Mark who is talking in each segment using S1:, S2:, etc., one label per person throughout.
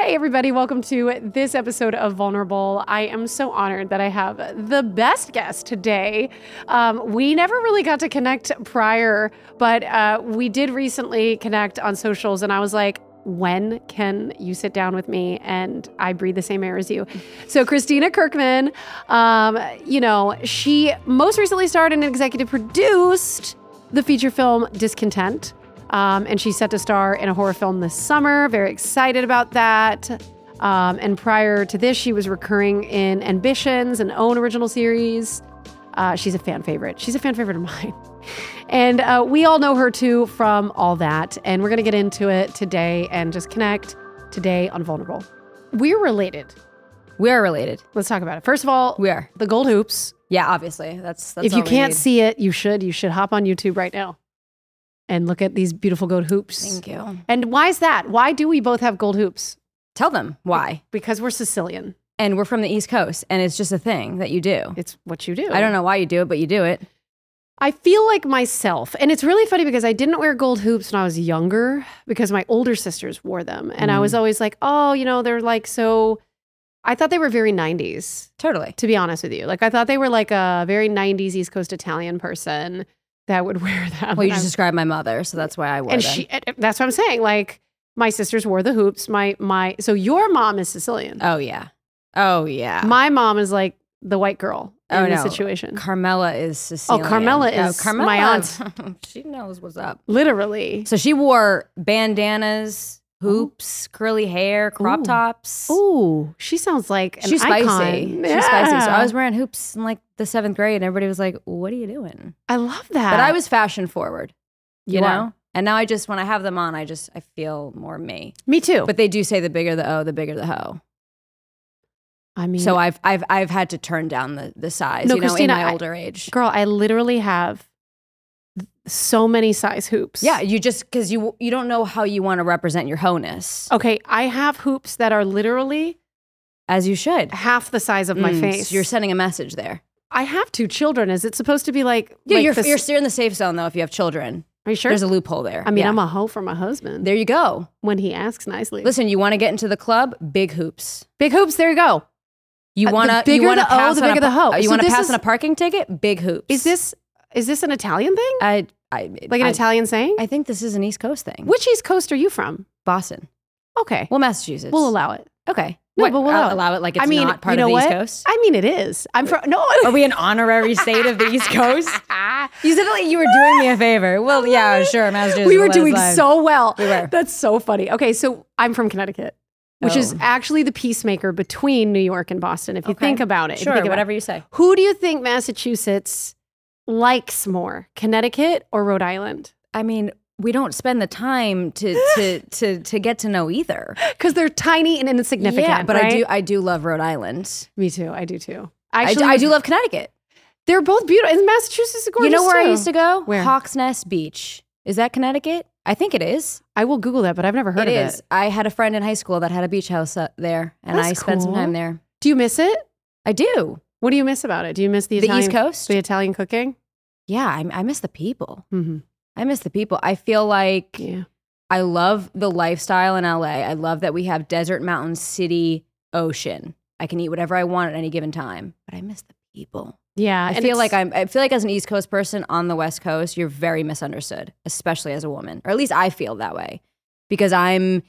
S1: Hey, everybody, welcome to this episode of Vulnerable. I am so honored that I have the best guest today. Um, we never really got to connect prior, but uh, we did recently connect on socials, and I was like, when can you sit down with me and I breathe the same air as you? So, Christina Kirkman, um, you know, she most recently starred and executive produced the feature film Discontent. Um, and she's set to star in a horror film this summer. Very excited about that. Um, and prior to this, she was recurring in Ambitions, an own original series. Uh, she's a fan favorite. She's a fan favorite of mine. And uh, we all know her too from all that. And we're going to get into it today and just connect today on Vulnerable. We're related.
S2: We are related.
S1: Let's talk about it. First of all,
S2: We are.
S1: the Gold Hoops.
S2: Yeah, obviously. That's, that's
S1: if
S2: all
S1: you
S2: we
S1: can't
S2: need.
S1: see it, you should. You should hop on YouTube right now and look at these beautiful gold hoops.
S2: Thank you.
S1: And why is that? Why do we both have gold hoops?
S2: Tell them why.
S1: Because we're Sicilian.
S2: And we're from the East Coast, and it's just a thing that you do.
S1: It's what you do.
S2: I don't know why you do it, but you do it.
S1: I feel like myself. And it's really funny because I didn't wear gold hoops when I was younger because my older sisters wore them. And I was
S2: Mm.
S1: always like, oh, you know, they're like so. I thought they were very 90s,
S2: Totally.
S1: to be honest with you. Like, I thought they were like a very 90s East Coast Italian person that would wear them.
S2: Well, you
S1: And I
S2: just described my mother, so that's why I wore
S1: and
S2: them.
S1: she and- and that's what i'm saying like my sisters wore the hoops my my so your mom is sicilian
S2: oh, yeah. Oh, yeah.
S1: my mom is like the white girl in
S2: Oh,
S1: the
S2: no.
S1: situation
S2: Carmela is Sicilian.
S1: Oh,
S2: Oh,
S1: Carmela is my
S2: she knows what's up.
S1: literally
S2: So she wore bandanas, hoops, curly hair, crop
S1: Ooh.
S2: tops.
S1: ooh she sounds like an
S2: She's spicy.
S1: icon.
S2: She's spicy. So
S1: Yeah.
S2: I was wearing hoops in like the seventh grade, and everybody was like, "What are you doing?"
S1: i love that
S2: But I was fashion forward, you,
S1: Ah. You
S2: know.
S1: are.
S2: And now I just when I have them on, I just I feel more me.
S1: me too
S2: But they do say the bigger the O, the bigger the hoe.
S1: i mean
S2: So I've I've I've had to turn down the the size,
S1: No,
S2: you know,
S1: Christina,
S2: in my
S1: I-
S2: older age.
S1: girl i literally have so many size hoops
S2: Yeah, you just because you you don't know how you want to represent your hoeness
S1: okay i have hoops that are literally
S2: as you should.
S1: half the size of my
S2: Mm,
S1: face
S2: so you're sending a message there.
S1: i have two children is it supposed to be like
S2: Yeah,
S1: like
S2: you're,
S1: this-
S2: you're you're in the safe zone though if you have children.
S1: are you sure
S2: There's a loophole there.
S1: I mean,
S2: Yeah.
S1: I'm a hoe for my husband
S2: there you go.
S1: when he asks nicely.
S2: Listen, you want to get into the club? Big hoops.
S1: big hoops, there you go.
S2: You
S1: Uh, the
S2: want to you
S1: bigger
S2: want to
S1: the O,
S2: pass
S1: the
S2: on
S1: bigger
S2: a, uh,
S1: the hoe.
S2: You
S1: So
S2: want to
S1: this
S2: pass
S1: is-
S2: on a parking ticket? Big hoops.
S1: Is this is this an Italian thing?
S2: I I
S1: Like an
S2: I,
S1: Italian saying?
S2: I think this is an East Coast thing.
S1: Which East Coast are you from?
S2: Boston?
S1: Okay,
S2: Well, Massachusetts.
S1: we'll allow it.
S2: Okay.
S1: No,
S2: What,
S1: but we'll
S2: I'll
S1: allow it.
S2: allow it like it's
S1: I mean,
S2: not part
S1: you know
S2: of the
S1: what?
S2: East Coast.
S1: I mean, it is. I'm from no.
S2: Are we an honorary state of the East Coast?
S1: Ah,
S2: You said it like you were doing me a favor. Well, yeah, sure, Massachusetts.
S1: we were
S2: let us
S1: doing
S2: live.
S1: so well.
S2: We were.
S1: That's so funny. Okay, so I'm from Connecticut, which is
S2: Oh.
S1: actually the peacemaker between New York and Boston. If you
S2: Okay.
S1: think about it, if you
S2: Sure,
S1: think about it.
S2: whatever you say.
S1: Who do you think Massachusetts likes more, Connecticut or Rhode Island?
S2: I mean, we don't spend the time to to to to get to know either.
S1: Because they're tiny and insignificant.
S2: Yeah, but I
S1: right?
S2: do I do love Rhode Island.
S1: Me too. I do too.
S2: I do,
S1: Actually,
S2: I do love Connecticut.
S1: They're both beautiful. And Massachusetts is gorgeous.
S2: you know where
S1: too.
S2: I used to go?
S1: Where?
S2: Hawks Nest Beach. Is that Connecticut? I think it is.
S1: I will Google that, but I've never heard
S2: it
S1: of
S2: is.
S1: it.
S2: I had a friend in high school that had a beach house up there, and
S1: That's
S2: I spent some
S1: cool.
S2: time there.
S1: Do you miss it?
S2: I do.
S1: What do you miss about it? Do you miss the
S2: The
S1: Italian,
S2: East Coast?
S1: the Italian cooking?
S2: Yeah, I, I miss the people.
S1: Mm-hmm.
S2: I miss the people. I feel like
S1: Yeah,
S2: I love the lifestyle in LA. I love that we have desert, mountain, city, ocean. I can eat whatever I want at any given time, but I miss the people.
S1: yeah.
S2: I
S1: Uh, and
S2: feel like
S1: it's-
S2: I'm. I feel like as an East Coast person on the West Coast, you're very misunderstood, especially as a woman, or at least I feel that way, because I'm.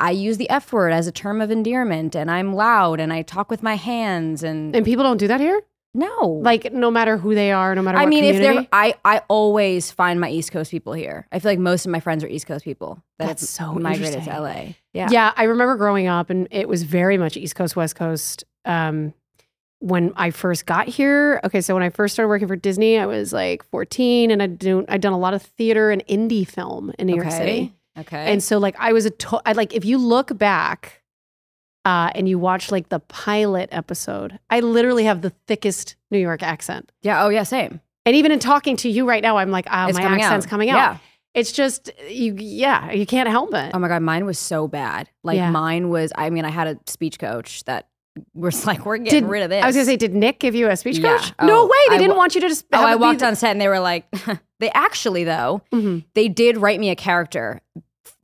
S2: I use the F word as a term of endearment and I'm loud and I talk with my hands and,
S1: And people don't do that here?
S2: no.
S1: Like, no matter who they are, no matter
S2: I
S1: what
S2: mean, if they're,
S1: community?
S2: I, I always find my East Coast people here. I feel like most of my friends are East Coast people that
S1: That's
S2: have
S1: so
S2: migrated
S1: interesting.
S2: to LA.
S1: yeah.
S2: Yeah.
S1: I remember growing up and it was very much East Coast, West Coast. Um, when I first got here, okay, so when I first started working for Disney, I was like 14 and I'd, do, I'd done a lot of theater and indie film in New York
S2: Okay.
S1: City.
S2: Okay.
S1: And so like I was a to- I like if you look back uh and you watch like the pilot episode, I literally have the thickest New York accent.
S2: yeah. Oh, yeah. Same.
S1: And even in talking to you right now, I'm like, oh,
S2: It's
S1: my
S2: coming out.
S1: accent's coming out.
S2: Yeah.
S1: It's just you yeah, you can't help it.
S2: Oh my god, mine was so bad. Like
S1: Yeah.
S2: mine was. I mean, I had a speech coach that was like, "We're getting
S1: Did-
S2: rid of this."
S1: I was gonna say, did Nick give you a speech
S2: Yeah.
S1: coach? No
S2: Oh,
S1: way. They
S2: I
S1: didn't
S2: wa-
S1: want you to just.
S2: Oh, I walked on set and they were like, "They actually though,
S1: hmm
S2: they did write me a character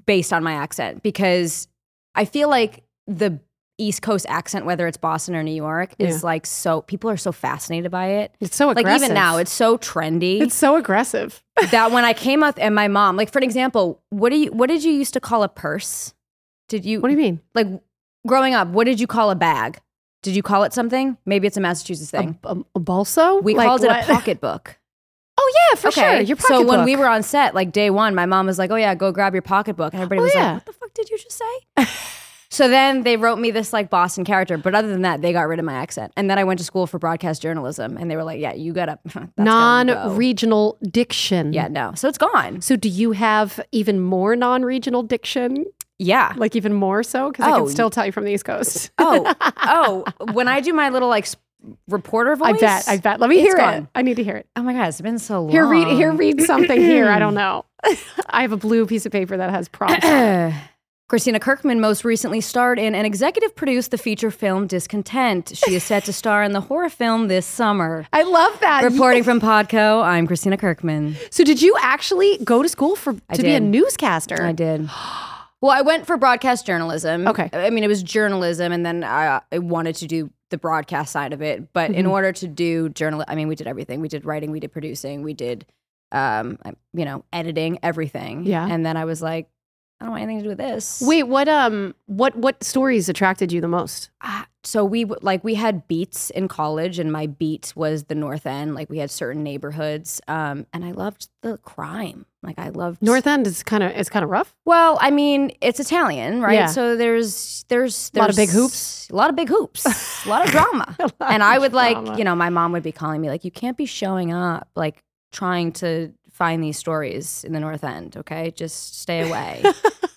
S2: based on my accent because I feel like the East Coast accent, whether it's Boston or New York, is like so. People are so fascinated by it.
S1: It's so aggressive.
S2: Like even now, it's so trendy
S1: it's so aggressive.
S2: that when I came up and my mom, like for an example, what do you what did you used to call a purse? Did you
S1: What do you mean?
S2: like growing up, what did you call a bag? Did you call it something? Maybe it's a Massachusetts
S1: A,
S2: thing.
S1: a, a balso?
S2: we
S1: Um, Like,
S2: called
S1: what?
S2: it a pocketbook.
S1: Oh yeah, for sure. Your
S2: So when we
S1: pocketbook.
S2: were on set, like day one, my mom was like, "Oh yeah, go grab your pocketbook," and everybody
S1: Oh,
S2: was
S1: yeah.
S2: like, "What the fuck did you just say?" so then they wrote me this like Boston character, but other than that, they got rid of my accent. And then I went to school for broadcast journalism, and they were like, "Yeah, you gotta that's gotta go."
S1: non-regional diction.
S2: Yeah, no. So it's gone.
S1: So do you have even more non-regional diction?
S2: Yeah.
S1: Like even more so? Because I
S2: Oh,
S1: can still tell you from the East Coast.
S2: Oh, oh. When I do my little like s- reporter
S1: I
S2: voice,
S1: bet. I bet. Let me
S2: It's
S1: hear it.
S2: gone.
S1: I need to hear it.
S2: Oh my god, it's been so long.
S1: Here, read. Here, read something. here, I don't know. I have a blue piece of paper that has prompts. on it.
S2: Christina Kirkman most recently starred in and executive produced the feature film Discontent. She is set to star in the horror film this summer.
S1: I love that.
S2: Reporting from Podco, I'm Christina Kirkman.
S1: So did you actually go to school for to be a
S2: did.
S1: newscaster?
S2: I did. Well, I went for broadcast journalism.
S1: Okay.
S2: I mean, it was journalism, and then I, I wanted to do the broadcast side of it. But in order to do journal, I mean, we did everything. We did writing, we did producing, we did, um, you know, editing, everything.
S1: Yeah.
S2: And then I was like, I don't want anything to do with this.
S1: Wait, what? Um, what? What stories attracted you the most?
S2: Ah, so we w- like we had beats in college and my beat was the north end like we had certain neighborhoods um and i loved the crime like i loved
S1: North End is kind of it's kind of rough.
S2: well i mean it's italian right
S1: Yeah.
S2: so there's there's
S1: A lot of big
S2: there's
S1: hoops?
S2: a lot of big hoops a lot of drama and i would like you know my mom would be calling me like you can't be showing up like trying to find these stories in the north end okay just stay away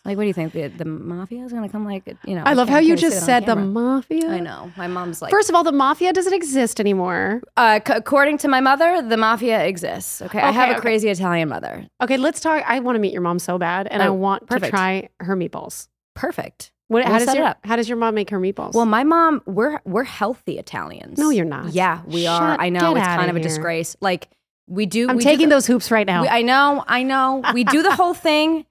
S2: like what do you think the, the mafia is gonna come like you know
S1: I love
S2: can't-
S1: how
S2: can't
S1: you
S2: even say
S1: just
S2: that
S1: said
S2: on
S1: the
S2: camera.
S1: mafia.
S2: I know. My mom's like,
S1: First of all, the mafia doesn't exist anymore.
S2: Uh, c- according to my mother, the mafia exists. Okay, I
S1: Okay,
S2: have a
S1: okay.
S2: crazy Italian mother.
S1: Okay, let's talk. I want to meet your mom so bad, and I
S2: Oh,
S1: want
S2: perfect.
S1: to try her meatballs.
S2: Perfect.
S1: What, how
S2: We'll
S1: does
S2: set it
S1: your
S2: up.
S1: How does your mom make her meatballs?
S2: Well, my mom, we're we're healthy Italians.
S1: No, you're not.
S2: Yeah, we are.
S1: Shut-
S2: I know
S1: get
S2: it's
S1: outta
S2: kind of a
S1: here.
S2: disgrace. Like we do.
S1: I'm
S2: we do
S1: taking
S2: the-
S1: those hoops right now.
S2: we- I know. I know. We do the whole thing,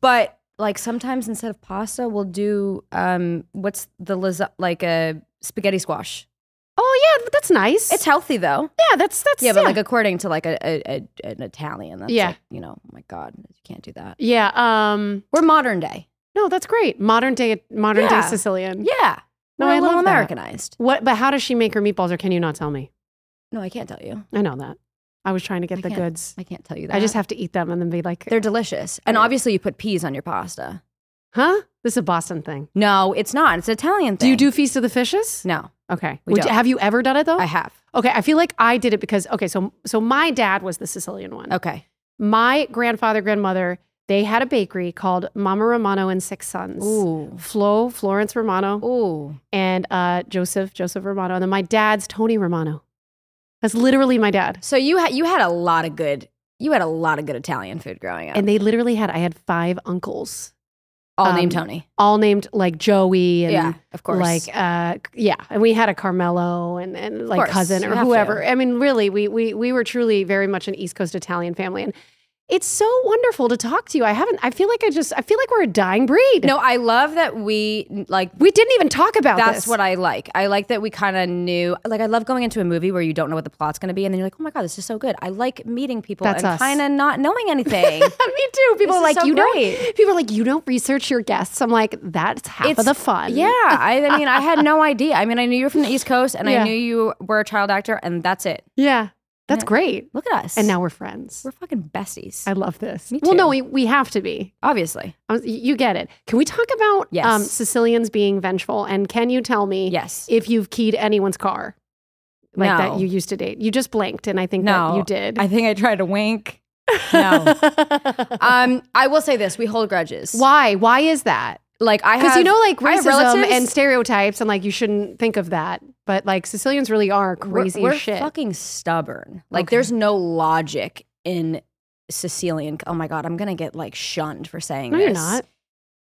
S2: but like sometimes instead of pasta, we'll do um what's the lasagna like a spaghetti squash.
S1: oh yeah, that's nice.
S2: It's healthy though.
S1: yeah, that's that's
S2: Yeah, but like according to like a, a, a an Italian, that's
S1: Yeah.
S2: like, you know, oh my God, you can't do that.
S1: yeah. Um,
S2: We're modern day.
S1: no, that's great. Modern day, modern
S2: Yeah.
S1: day Sicilian.
S2: Yeah.
S1: Mm. No,
S2: We're
S1: I
S2: a little
S1: love that.
S2: Americanized.
S1: What? But how does she make her meatballs, or can you not tell me?
S2: No, I can't tell you.
S1: I know that. I was trying to get
S2: I
S1: the
S2: can't-
S1: goods.
S2: I can't tell you that.
S1: I just have to eat them and then be like,
S2: They're delicious. And
S1: Yeah.
S2: obviously you put peas on your pasta.
S1: huh? This is a Boston thing.
S2: No, it's not. It's an Italian
S1: Do you
S2: thing.
S1: do Oh. Feast of the Fishes?
S2: No,
S1: Okay.
S2: We
S1: Would you-
S2: don't.
S1: have you ever done it though?
S2: I have.
S1: Okay, I feel like I did it because okay, so so my dad was the Sicilian one.
S2: Okay.
S1: My grandfather, grandmother, they had a bakery called Mama Romano and Six Sons.
S2: Ooh.
S1: Flo, Florence Romano,
S2: Ooh.
S1: and uh, Joseph, Joseph Romano, and then my dad's Tony Romano. That's literally my dad.
S2: So you had you had a lot of good you had a lot of good Italian food growing up.
S1: And they literally had I had five uncles,
S2: all
S1: um,
S2: named Tony.
S1: all named like Joey and
S2: yeah, of course.
S1: like uh, yeah, and we had a Carmelo and and like
S2: course,
S1: cousin
S2: you
S1: or
S2: have to.
S1: whoever. I mean, really, we we we were truly very much an East Coast Italian family, and It's so wonderful to talk to you. I haven't, I feel like I just, I feel like we're a dying breed.
S2: No, I love that we like
S1: We didn't even talk about
S2: that's
S1: this.
S2: what I like. I like that we kind of knew. Like I love going into a movie where you don't know what the plot's going to be, and then you're like, "Oh my god, this is so good." I like meeting people
S1: That's us.
S2: and kind of not knowing anything.
S1: Me too. People
S2: This
S1: are
S2: is
S1: like
S2: so
S1: you
S2: great."
S1: don't. People are like you don't research your guests. I'm like that's half of the fun.
S2: Yeah, I, I mean, I had no idea. I mean, I knew you were from the East Coast, and
S1: Yeah.
S2: I knew you were a child actor, and that's it.
S1: yeah, that's
S2: Yeah.
S1: great.
S2: Look at us,
S1: And now we're friends.
S2: we're fucking besties.
S1: I love this.
S2: Me
S1: Well, no,
S2: too.
S1: we, we have to be.
S2: Obviously,
S1: I was- y- You get it. Can we talk about
S2: Yes.
S1: um, Sicilians being vengeful? And can you tell me
S2: yes.
S1: if you've keyed anyone's car like
S2: No.
S1: that you used to date? You just blinked, and I think that
S2: No.
S1: you did.
S2: I think I tried to wink. No. um, I will say this: we hold grudges.
S1: Why? Why is that?
S2: Like I
S1: Because
S2: have,
S1: you know, like
S2: I have
S1: racism
S2: relatives-
S1: and stereotypes, and like you shouldn't think of that. But like Sicilians really are
S2: we're-
S1: crazy
S2: we're,
S1: as shit.
S2: fucking stubborn. Like
S1: Okay.
S2: there's no logic in Sicilian. Oh my god, I'm gonna get like shunned for saying
S1: no,
S2: this.
S1: you're not.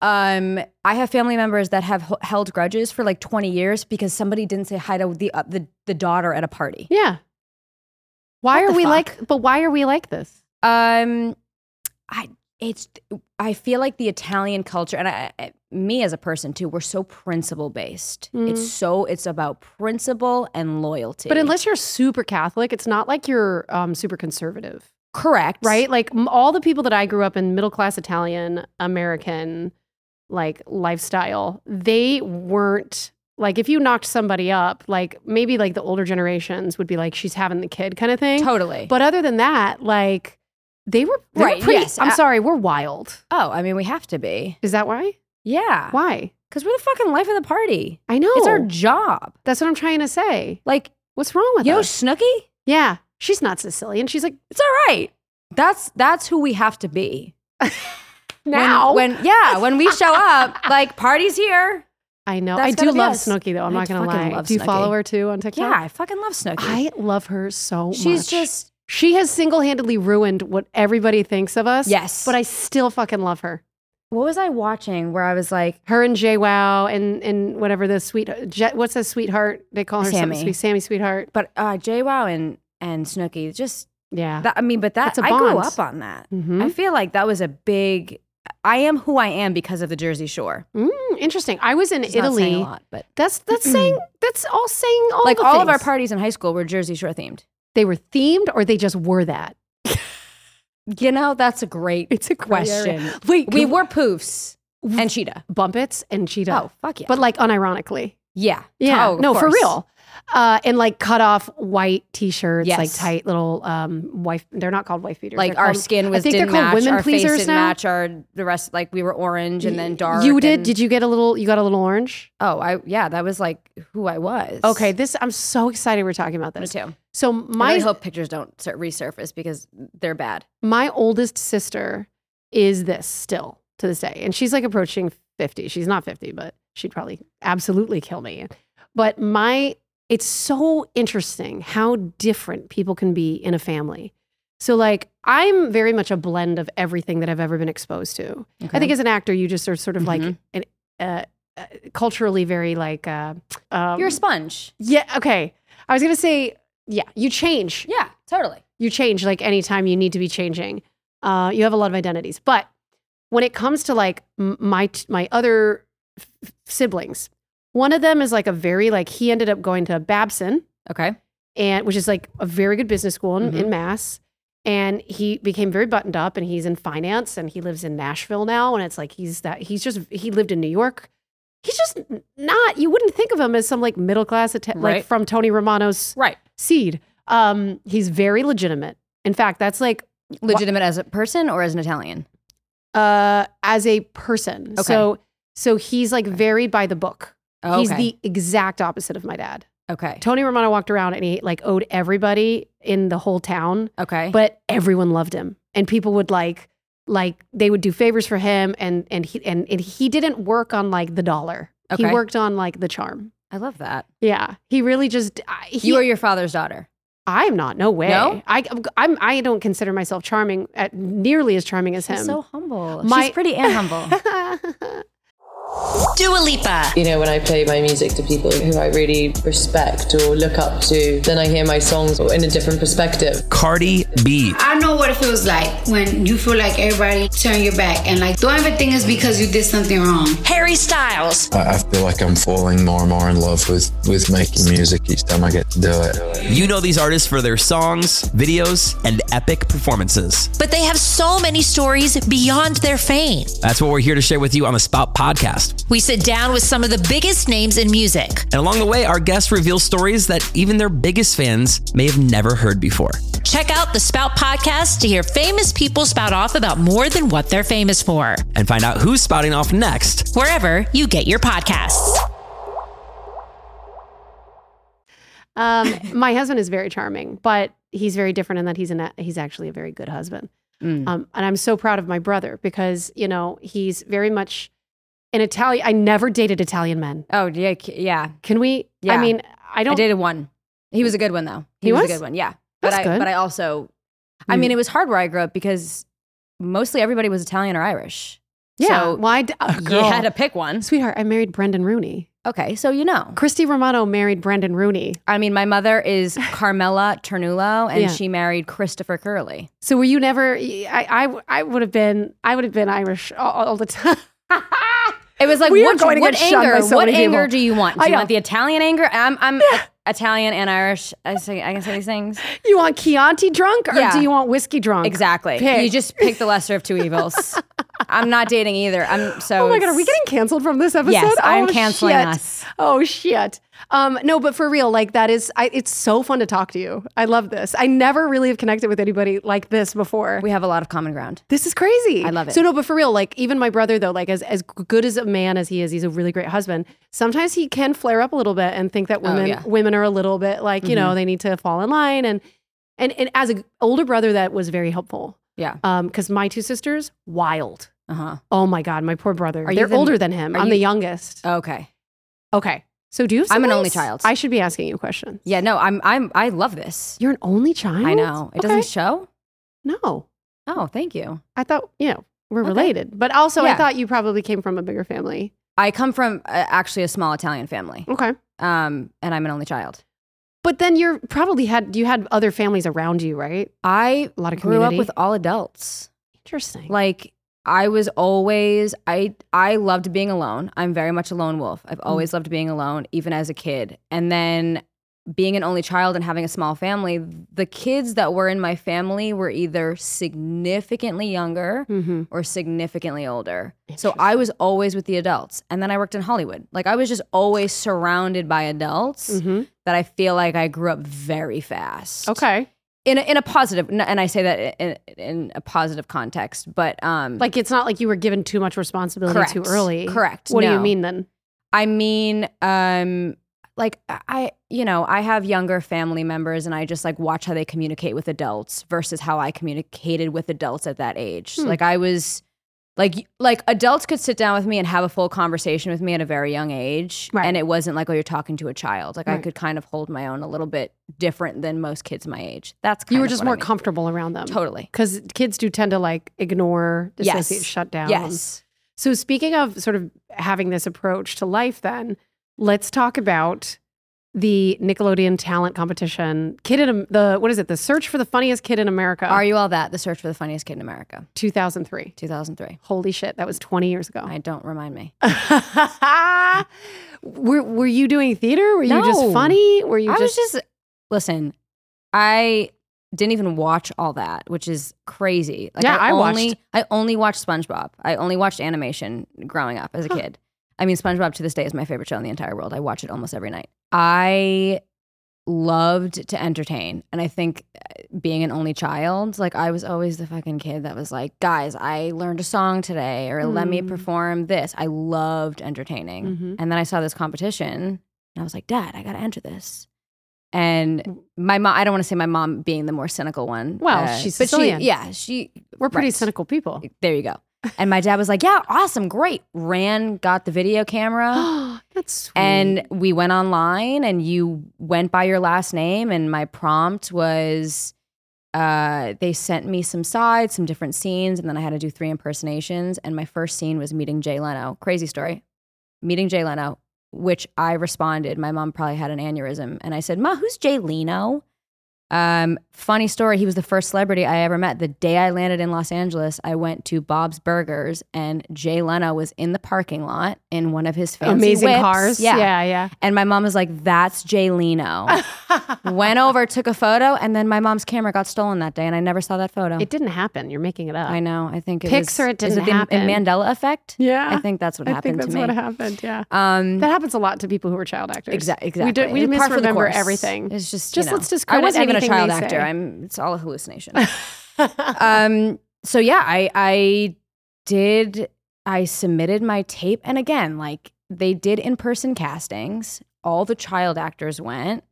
S2: Um, I have family members that have h- held grudges for like 20 years because somebody didn't say hi to the uh, the, the daughter at a party.
S1: Yeah. Why
S2: What
S1: are
S2: the
S1: we
S2: fuck?
S1: like? But why are we like this?
S2: Um, I it's I feel like the Italian culture and I, I- me as a person too. We're so principle based.
S1: Mm.
S2: It's so it's about principle and loyalty.
S1: But unless you're super Catholic, it's not like you're um, super conservative.
S2: correct,
S1: right? Like m- all the people that I grew up in middle class Italian American like lifestyle, they weren't like if you knocked somebody up, like maybe like the older generations would be like she's having the kid kind of thing.
S2: Totally.
S1: But other than that, like they were they were
S2: Right,
S1: pretty-
S2: yes.
S1: I'm
S2: Uh,
S1: sorry, we're wild.
S2: oh, I mean, we have to be.
S1: Is that why?
S2: Yeah,
S1: Why?
S2: because we're the fucking life of the party.
S1: I know.
S2: uh, It's our job.
S1: That's what I'm trying to say.
S2: Like,
S1: What's wrong with
S2: yo,
S1: us?
S2: Snooky,
S1: Yeah, she's not Sicilian. She's like
S2: it's all right. That's that's who we have to be. When-
S1: now.
S2: when, yeah, when we show up, like parties here.
S1: I know.
S2: That's
S1: I do
S2: gotta be
S1: love
S2: us.
S1: Snooki though. I'm
S2: I
S1: not gonna
S2: fucking
S1: lie.
S2: love
S1: Do you follow
S2: Snooki.
S1: her too on TikTok?
S2: Yeah, I fucking love Snooki.
S1: I love her so much.
S2: She's just
S1: she has single-handedly ruined what everybody thinks of us.
S2: yes.
S1: but I still fucking love her.
S2: what was I watching where I was like,
S1: Her and Jay Wow and and whatever the sweet Je- what's that sweetheart they call her something
S2: Sammy.
S1: sweet Sammy sweetheart.
S2: but uh, Jay Wow and and Snooki, just
S1: Yeah,
S2: that, I mean, but that
S1: That's a
S2: I grew
S1: bond.
S2: up on that.
S1: Mhm.
S2: I feel like that was a big. I am who I am because of the Jersey Shore.
S1: Mm, interesting. I was in
S2: It's not saying
S1: Italy.
S2: a lot, but
S1: That's that's saying that's all saying all
S2: like
S1: the
S2: all of our
S1: things.
S2: parties in high school were Jersey Shore themed.
S1: They were themed or they just were that.
S2: You know, that's a great
S1: It's a gray area.
S2: question.
S1: Wait,
S2: We
S1: can-
S2: were poofs and cheetah.
S1: Bumpets and Cheetah,
S2: Oh fuck yeah!
S1: but like unironically.
S2: yeah,
S1: Yeah.
S2: Oh, of
S1: no, for
S2: course.
S1: real. Uh, and like cut off white t-shirts, like
S2: Yes.
S1: tight little um wife. They're not called wife beaters.
S2: like
S1: They're
S2: our
S1: called-
S2: skin was
S1: I think
S2: didn't
S1: they're called
S2: match,
S1: women
S2: our face
S1: pleasers
S2: didn't
S1: now.
S2: match our the rest like we were orange and then dark.
S1: You did?
S2: and-
S1: Did you get a little? You got a little orange?
S2: Oh, I yeah, that was like who I was.
S1: Okay. This I'm so excited we're talking about
S2: me
S1: this.
S2: too.
S1: So
S2: My
S1: my
S2: I really hope pictures don't sur- resurface because they're bad.
S1: my oldest sister is this still to this day. And she's like approaching 50. She's not 50, but she'd probably absolutely kill me. But my, it's so interesting how different people can be in a family. So, like, I'm very much a blend of everything that I've ever been exposed to. I think as an actor, you just are sort of like
S2: Mhm.
S1: an, uh, uh, culturally very like, uh, um,
S2: you're a sponge.
S1: yeah, okay. I was gonna say, yeah, you change
S2: Yeah, totally.
S1: you change like anytime you need to be changing. Uh, you have a lot of identities, but when it comes to like m- my t- my other f- f- siblings, one of them is like a very like he ended up going to Babson,
S2: Okay.
S1: and which is like a very good business school in, in
S2: Mhm.
S1: Mass. And he became very buttoned up, and he's in finance, and he lives in Nashville now. And it's like he's that he's just he lived in New York. He's just n- not. You wouldn't think of him as some like middle class, Ita- like
S2: Right.
S1: from Tony Romano's
S2: Right.
S1: seed. Um, he's very legitimate. In fact, that's like
S2: Legitimate as a person or as an Italian?
S1: uh as a person.
S2: Okay.
S1: So so he's like very by the book.
S2: Okay.
S1: He's the exact opposite of my dad.
S2: okay.
S1: Tony Romano walked around and he like owed everybody in the whole town,
S2: Okay.
S1: but everyone loved him. And people would like like they would do favors for him and and he and, and he didn't work on like the dollar. He
S2: Okay.
S1: worked on like the charm.
S2: I love that.
S1: Yeah. He really just I- he,
S2: you are your father's daughter.
S1: I'm not. No way.
S2: No?
S1: I I'm I don't consider myself charming at nearly as charming as
S2: She's
S1: him.
S2: so humble.
S1: My-
S2: She's pretty and humble.
S3: Dua Lipa.
S4: You know, when I play my music to people who I really respect or look up to, then I hear my songs in a different perspective.
S5: Cardi B,
S6: I know what it feels like when you feel like everybody turn your back and like don't ever think it's because you did something wrong.
S3: Harry Styles.
S7: I, I feel like I'm falling more and more in love with, with making music each time I get to do it.
S5: you know these artists for their songs, videos, and epic performances.
S3: But they have so many stories beyond their fame.
S5: That's what we're here to share with you on the Spout podcast.
S3: We sit down with some of the biggest names in music.
S5: And along the way, our guests reveal stories that even their biggest fans may have never heard before.
S3: Check out the Spout podcast to hear famous people spout off about more than what they're famous for,
S5: And find out who's spouting off next.
S3: wherever you get your podcasts.
S1: Um, my husband is very charming, but he's very different in that he's an he's actually a very good husband.
S2: Mm.
S1: Um, and I'm so proud of my brother because you know he's very much an Italian. I never dated Italian men.
S2: Oh yeah, c- yeah.
S1: Can we? I
S2: Yeah.
S1: mean, I
S2: I
S1: don't.
S2: dated one. He was a good one though. He,
S1: He
S2: was?
S1: was?
S2: a good one. Yeah, but
S1: That's
S2: I
S1: good.
S2: but I also, I
S1: Mm.
S2: mean, it was hard where I grew up because mostly everybody was Italian or Irish.
S1: yeah.
S2: so
S1: why? d- oh,
S2: You
S1: girl.
S2: had to pick one.
S1: Sweetheart, I married Brendan Rooney.
S2: Okay, so you know.
S1: Christy Romano married Brendan Rooney.
S2: I mean, my mother is Carmela Ternullo, and
S1: Yeah.
S2: she married Christopher Curley.
S1: So were you never? I I, I would have been. I would have been Irish all, all the time.
S2: It was like,
S1: We are
S2: what,
S1: going to
S2: what
S1: get shunned by
S2: anger?
S1: so
S2: what
S1: many
S2: anger
S1: people.
S2: do you want?
S1: I
S2: Do you
S1: know.
S2: want the Italian anger? I'm, I'm I- Italian and Irish. I, say, I can say these things.
S1: you want Chianti drunk or
S2: Yeah.
S1: do you want whiskey drunk?
S2: Exactly.
S1: Pick.
S2: You just pick the lesser of two evils. I'm not dating either. I'm so.
S1: Oh my god, are
S2: it's-
S1: we getting canceled from this episode?
S2: Yes, I'm
S1: Oh,
S2: canceling
S1: shit.
S2: us.
S1: Oh shit. Um, no, but for real, like that is, I, it's so fun to talk to you. I love this. I never really have connected with anybody like this before.
S2: We have a lot of common ground.
S1: This is crazy.
S2: I love it.
S1: So no, but for real, like even my brother though, like as as good as a man as he is, he's a really great husband. Sometimes he can flare up a little bit and think that women
S2: Oh, yeah. Mm-hmm.
S1: women are a little bit like you know they need to fall in line and and and as an older brother that was very helpful.
S2: Yeah.
S1: Um, because my two sisters wild.
S2: Uh huh.
S1: Oh my god, my poor brother.
S2: Are you
S1: They're
S2: the-
S1: older than him.
S2: are
S1: I'm
S2: you-
S1: the youngest.
S2: Okay.
S1: Okay. So do you? Have
S2: I'm an
S1: siblings?
S2: only child.
S1: I should be asking you questions.
S2: Yeah. No. I'm. I'm. I love this.
S1: You're an only child.
S2: I know. It doesn't
S1: Okay.
S2: show.
S1: no,
S2: Oh, thank you.
S1: I thought you know we're
S2: Okay.
S1: related, but also I
S2: Yeah.
S1: thought you probably came from a bigger family.
S2: I come from uh, actually a small Italian family,
S1: Okay.
S2: um, and I'm an only child.
S1: But then you're probably had you had other families around you, right?
S2: I
S1: A lot of
S2: grew up
S1: community.
S2: with all adults.
S1: Interesting.
S2: Like I was always I I loved being alone. I'm very much a lone wolf. I've
S1: Mm-hmm.
S2: always loved being alone even as a kid. And then being an only child and having a small family, the kids that were in my family were either significantly younger
S1: mm-hmm.
S2: or significantly older. So I was always with the adults. And then I worked in Hollywood. Like I was just always surrounded by adults
S1: Mm-hmm.
S2: that I feel like I grew up very fast
S1: Okay.
S2: in a, in a positive n- and i say that in, in a positive context but um
S1: Like it's not like you were given too much responsibility too
S2: Correct.
S1: early.
S2: Correct.
S1: What do you
S2: No.
S1: mean then?
S2: i mean um like i you know i have younger family members and i just like watch how they communicate with adults versus how i communicated with adults at that age
S1: Hmm.
S2: like i was like like adults could sit down with me and have a full conversation with me at a very young age
S1: Right.
S2: and it wasn't like oh you're talking to a child like i
S1: Right.
S2: could kind of hold my own a little bit different than most kids my age that's kind
S1: You were
S2: of
S1: just
S2: what I
S1: more
S2: mean.
S1: comfortable around them.
S2: totally
S1: Because kids do tend to like ignore,
S2: Yes.
S1: dissociate, shut down.
S2: yes
S1: So speaking of sort of having this approach to life, then let's talk about the Nickelodeon talent competition. Kid in Am- the what is it? The search for the funniest kid in America.
S2: Are You All That? The Search for the Funniest Kid in America,
S1: 2003?
S2: 2003.
S1: Holy shit, that was 20 years ago.
S2: I don't remind me.
S1: were were you doing theater? Were you just
S2: No.
S1: funny? Were you
S2: I
S1: just,
S2: was just listen. I didn't even watch all that, which is crazy. Like,
S1: Yeah, I watched.
S2: only I only watched SpongeBob. I only watched animation growing up as a
S1: Huh.
S2: kid. I mean, SpongeBob to this day is my favorite show in the entire world. I watch it almost every night. I loved to entertain, and I think uh, being an only child, like I was always the fucking kid that was like, "Guys, I learned a song today," or "Let me
S1: Mm.
S2: perform this." I loved entertaining,
S1: Mhm.
S2: and then I saw this competition. And I was like, Dad, I got to enter this. And my mom, I don't want to say my mom being the more cynical one. uh,
S1: Well, she's
S2: but she,
S1: Sicilian.
S2: yeah, she,
S1: we're pretty
S2: right.
S1: cynical people.
S2: there you go. And my dad was like, Yeah, awesome, great. Ran, got the video camera.
S1: That's sweet.
S2: And we went online and you went by your last name. And my prompt was uh, they sent me some sides, some different scenes. And then I had to do three impersonations. And my first scene was meeting Jay Leno. Crazy story. meeting Jay Leno, which I responded. My mom probably had an aneurysm, and I said, "Ma, who's Jay Leno?" Um, funny story. He was the first celebrity I ever met. The day I landed in Los Angeles, I went to Bob's Burgers, and Jay Leno was in the parking lot in one of his fancy
S1: Amazing
S2: whips.
S1: cars. yeah, yeah.
S2: And my mom was like, that's Jay Leno. Went over, took a photo, and then my mom's camera got stolen that day, and I never saw that photo.
S1: It didn't happen. You're making it up.
S2: I know. I think it
S1: Pics
S2: was,
S1: or it
S2: is
S1: didn't
S2: the
S1: happen.
S2: Mandela effect.
S1: Yeah.
S2: I think that's what
S1: I think
S2: happened
S1: that's
S2: to me.
S1: what happened. Yeah.
S2: Um,
S1: That happens a lot to people who are child actors.
S2: Exa-
S1: We,
S2: exactly.
S1: do, we
S2: Par for the
S1: misremember
S2: course.
S1: everything.
S2: It's just you
S1: just
S2: know,
S1: let's discredit
S2: I wasn't even a
S1: anything
S2: child
S1: they
S2: actor.
S1: say.
S2: I'm. It's all a hallucination. um. So yeah, I I did. I submitted my tape, and again, like they did in person castings. All the child actors went,